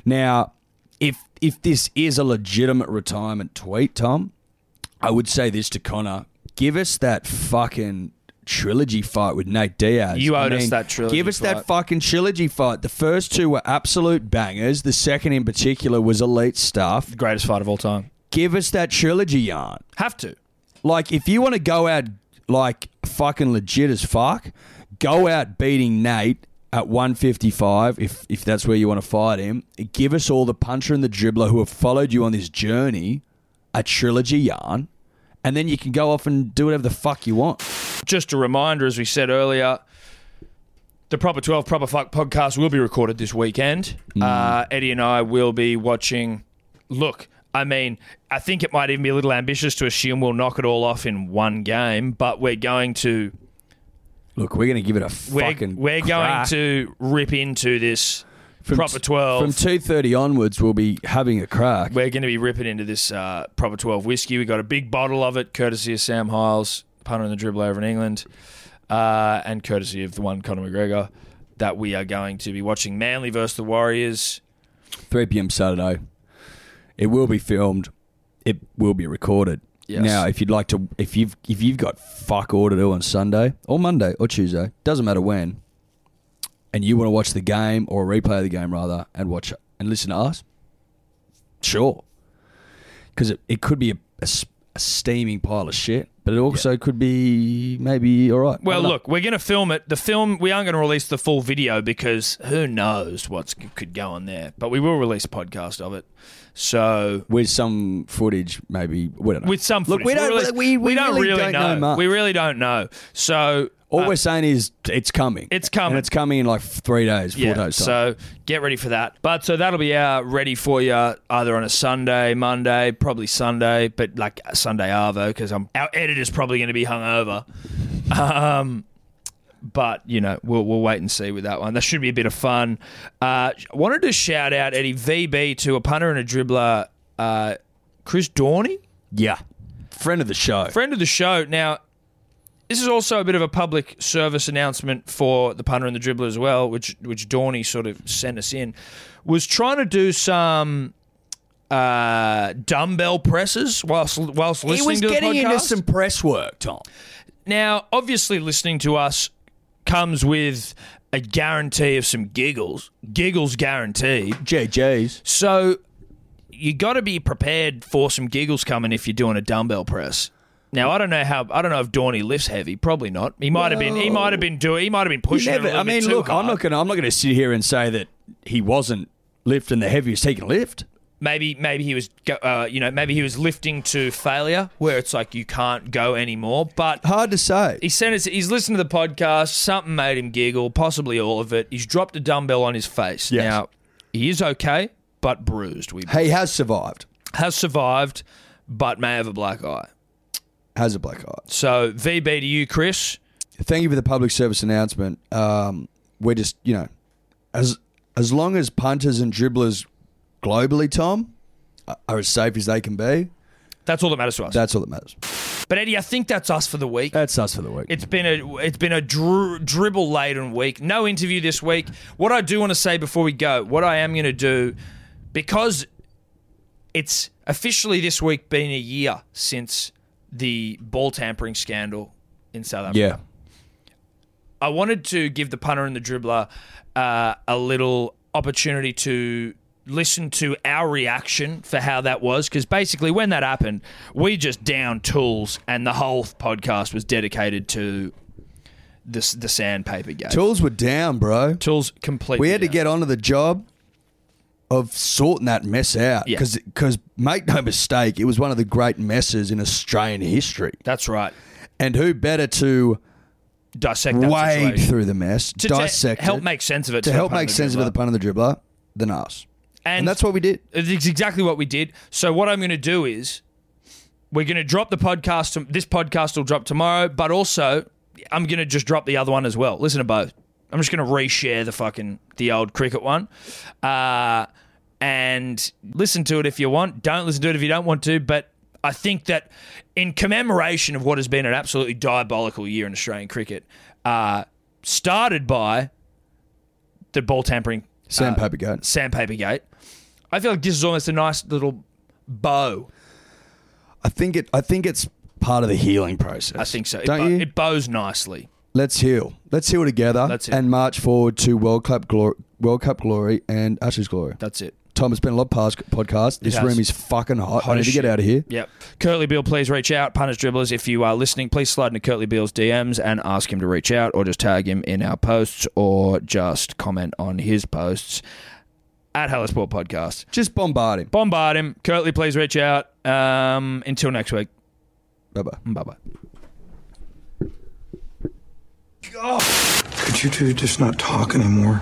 Speaker 3: Now, if if this is a legitimate retirement tweet, Tom, I would say this to Connor: give us that fucking trilogy fight with Nate Diaz.
Speaker 5: You
Speaker 3: I
Speaker 5: owed us
Speaker 3: mean,
Speaker 5: that trilogy
Speaker 3: Give us
Speaker 5: fight.
Speaker 3: that fucking trilogy fight. The first two were absolute bangers. The second, in particular, was elite stuff.
Speaker 5: The greatest fight of all time.
Speaker 3: Give us that trilogy yarn.
Speaker 5: Have to.
Speaker 3: Like, if you want to go out like fucking legit as fuck, go out beating Nate at 155 if if that's where you want to fight him. Give us all the puncher and the dribbler who have followed you on this journey a trilogy yarn, and then you can go off and do whatever the fuck you want.
Speaker 5: Just a reminder, as we said earlier, the Proper 12 Proper Fuck podcast will be recorded this weekend.
Speaker 3: Mm.
Speaker 5: Uh, Eddie and I will be watching. Look, I mean, I think it might even be a little ambitious to assume we'll knock it all off in one game, but we're going to
Speaker 3: Look, we're gonna give it a
Speaker 5: we're,
Speaker 3: fucking.
Speaker 5: we're going
Speaker 3: crack.
Speaker 5: to rip into this
Speaker 3: From
Speaker 5: Proper
Speaker 3: t-
Speaker 5: 12.
Speaker 3: From two thirty onwards, we'll be having a crack.
Speaker 5: We're going to be ripping into this uh, Proper 12 whiskey. We got a big bottle of it, courtesy of Sam Hiles, punter and the dribbler over in England, uh, and courtesy of the one Conor McGregor. That we are going to be watching Manly versus the Warriors.
Speaker 3: Three pm Saturday. It will be filmed. It will be recorded.
Speaker 5: Yes.
Speaker 3: Now, if you'd like to, if you've if you've got fuck all to do on Sunday or Monday or Tuesday, doesn't matter when, and you want to watch the game or a replay of the game rather, and watch and listen to us, sure, because it, it could be a, a s- a steaming pile of shit, but it also could be maybe all right. I
Speaker 5: Well,
Speaker 3: don't know.
Speaker 5: look, we're going to film it. The film, we aren't going to release the full video because who knows what could go on there. But we will release a podcast of it. So,
Speaker 3: with some footage, maybe we don't know.
Speaker 5: with some
Speaker 3: look,
Speaker 5: footage,
Speaker 3: we don't
Speaker 5: we'll release-
Speaker 3: we, we
Speaker 5: don't really, know.
Speaker 3: much.
Speaker 5: We really don't know. So,
Speaker 3: All
Speaker 5: uh,
Speaker 3: we're saying is it's coming.
Speaker 5: It's coming.
Speaker 3: And it's coming in like three days, four
Speaker 5: yeah,
Speaker 3: days. So
Speaker 5: so get ready for that. But so that'll be our ready for you either on a Sunday, Monday, probably Sunday, but like Sunday Arvo because I'm our editor's probably going to be hungover. Um, but you know we'll we'll wait and see with that one. That should be a bit of fun. Uh, I wanted to shout out Eddie VB to a punter and a dribbler, uh, Chris Dorney,
Speaker 3: yeah, friend of the show.
Speaker 5: friend of the show. Now. This is also a bit of a public service announcement for the punter and the dribbler as well, which which Dorney sort of sent us in. Was trying to do some uh, dumbbell presses whilst whilst listening
Speaker 3: he was
Speaker 5: to the
Speaker 3: getting into
Speaker 5: podcast.
Speaker 3: some press work, Tom.
Speaker 5: Now, obviously, listening to us comes with a guarantee of some giggles. Giggles guaranteed.
Speaker 3: GG's.
Speaker 5: So you got to be prepared for some giggles coming if you're doing a dumbbell press. Now I don't know how I don't know if Dorney lifts heavy. Probably not. He might have been. He might have been doing. He might have been pushing. it
Speaker 3: Never.
Speaker 5: a little
Speaker 3: I
Speaker 5: bit
Speaker 3: mean,
Speaker 5: too
Speaker 3: look, I'm
Speaker 5: hard.
Speaker 3: not gonna I'm not gonna sit here and say that he wasn't lifting the heaviest he can lift.
Speaker 5: maybe maybe he was go- uh, you know maybe he was lifting to failure where it's like you can't go anymore but
Speaker 3: Hard to say.
Speaker 5: he sent us he's listened to the podcast something made him giggle possibly all of it he's dropped a dumbbell on his face
Speaker 3: Yes.
Speaker 5: now he is okay but bruised we
Speaker 3: He has survived.
Speaker 5: has survived but may have a black eye
Speaker 3: Has a black eye.
Speaker 5: so vb to you chris
Speaker 3: thank you for the public service announcement. Um, we're just, you know, as as long as punters and dribblers globally, Tom, are- are as safe as they can be,
Speaker 5: that's all that matters to us
Speaker 3: that's all that matters.
Speaker 5: but eddie i think that's us for the week
Speaker 3: That's us for the week.
Speaker 5: It's been a it's been a dri- dribble laden week. No interview this week. What I do want to say before we go, what I am going to do, because it's officially this week been a year since the ball tampering scandal in South Africa.
Speaker 3: Yeah.
Speaker 5: I wanted to give the punter and the dribbler uh, a little opportunity to listen to our reaction for how that was because basically when that happened we just downed tools and the whole podcast was dedicated to this the sandpaper game
Speaker 3: Tools were down, bro.
Speaker 5: tools completely
Speaker 3: We had to
Speaker 5: down.
Speaker 3: get onto the job of sorting that mess out
Speaker 5: Yeah.
Speaker 3: because make no mistake, it was one of the great messes in Australian history.
Speaker 5: that's right
Speaker 3: And who better to
Speaker 5: dissect that
Speaker 3: wade
Speaker 5: situation.
Speaker 3: through the mess,
Speaker 5: to, to
Speaker 3: dissect
Speaker 5: help
Speaker 3: it,
Speaker 5: make sense of it
Speaker 3: to
Speaker 5: for
Speaker 3: help
Speaker 5: the
Speaker 3: make sense of it, the
Speaker 5: punter
Speaker 3: pun of the dribbler than us.
Speaker 5: and, uh,
Speaker 3: And that's what we did.
Speaker 5: It's exactly what we did. So what I'm going to do is we're going to drop the podcast. to- This podcast will drop tomorrow, but also I'm going to just drop the other one as well. Listen to both. I'm just going to reshare the fucking the old cricket one, uh, and listen to it if you want. Don't listen to it if you don't want to. But I think that in commemoration of what has been an absolutely diabolical year in Australian cricket, uh, started by the ball tampering uh,
Speaker 3: Sandpaper goat.
Speaker 5: sandpaper gate. I feel like this is almost a nice little bow.
Speaker 3: I think it. I think it's part of the healing process.
Speaker 5: I think so. It,
Speaker 3: Don't
Speaker 5: bo-
Speaker 3: you?
Speaker 5: it bows nicely.
Speaker 3: Let's heal. Let's heal together
Speaker 5: Let's heal.
Speaker 3: and march forward to World Cup glory, World Cup glory, and Ashes glory.
Speaker 5: That's it.
Speaker 3: Tom, it's been a lot past podcast. This
Speaker 5: has.
Speaker 3: room is fucking hot.
Speaker 5: Hot
Speaker 3: I need
Speaker 5: as
Speaker 3: to get
Speaker 5: shit.
Speaker 3: out of here.
Speaker 5: Yep. Curtly Bill, please reach out. Punters Dribblers, if you are listening, please slide into Curtly Bill's DMs and ask him to reach out or just tag him in our posts or just comment on his posts at Hellosport Podcast.
Speaker 3: Just bombard him.
Speaker 5: Bombard him. Curtly, please reach out. Um, until next week.
Speaker 3: Bye bye.
Speaker 5: Bye bye.
Speaker 6: Could you two just not talk anymore?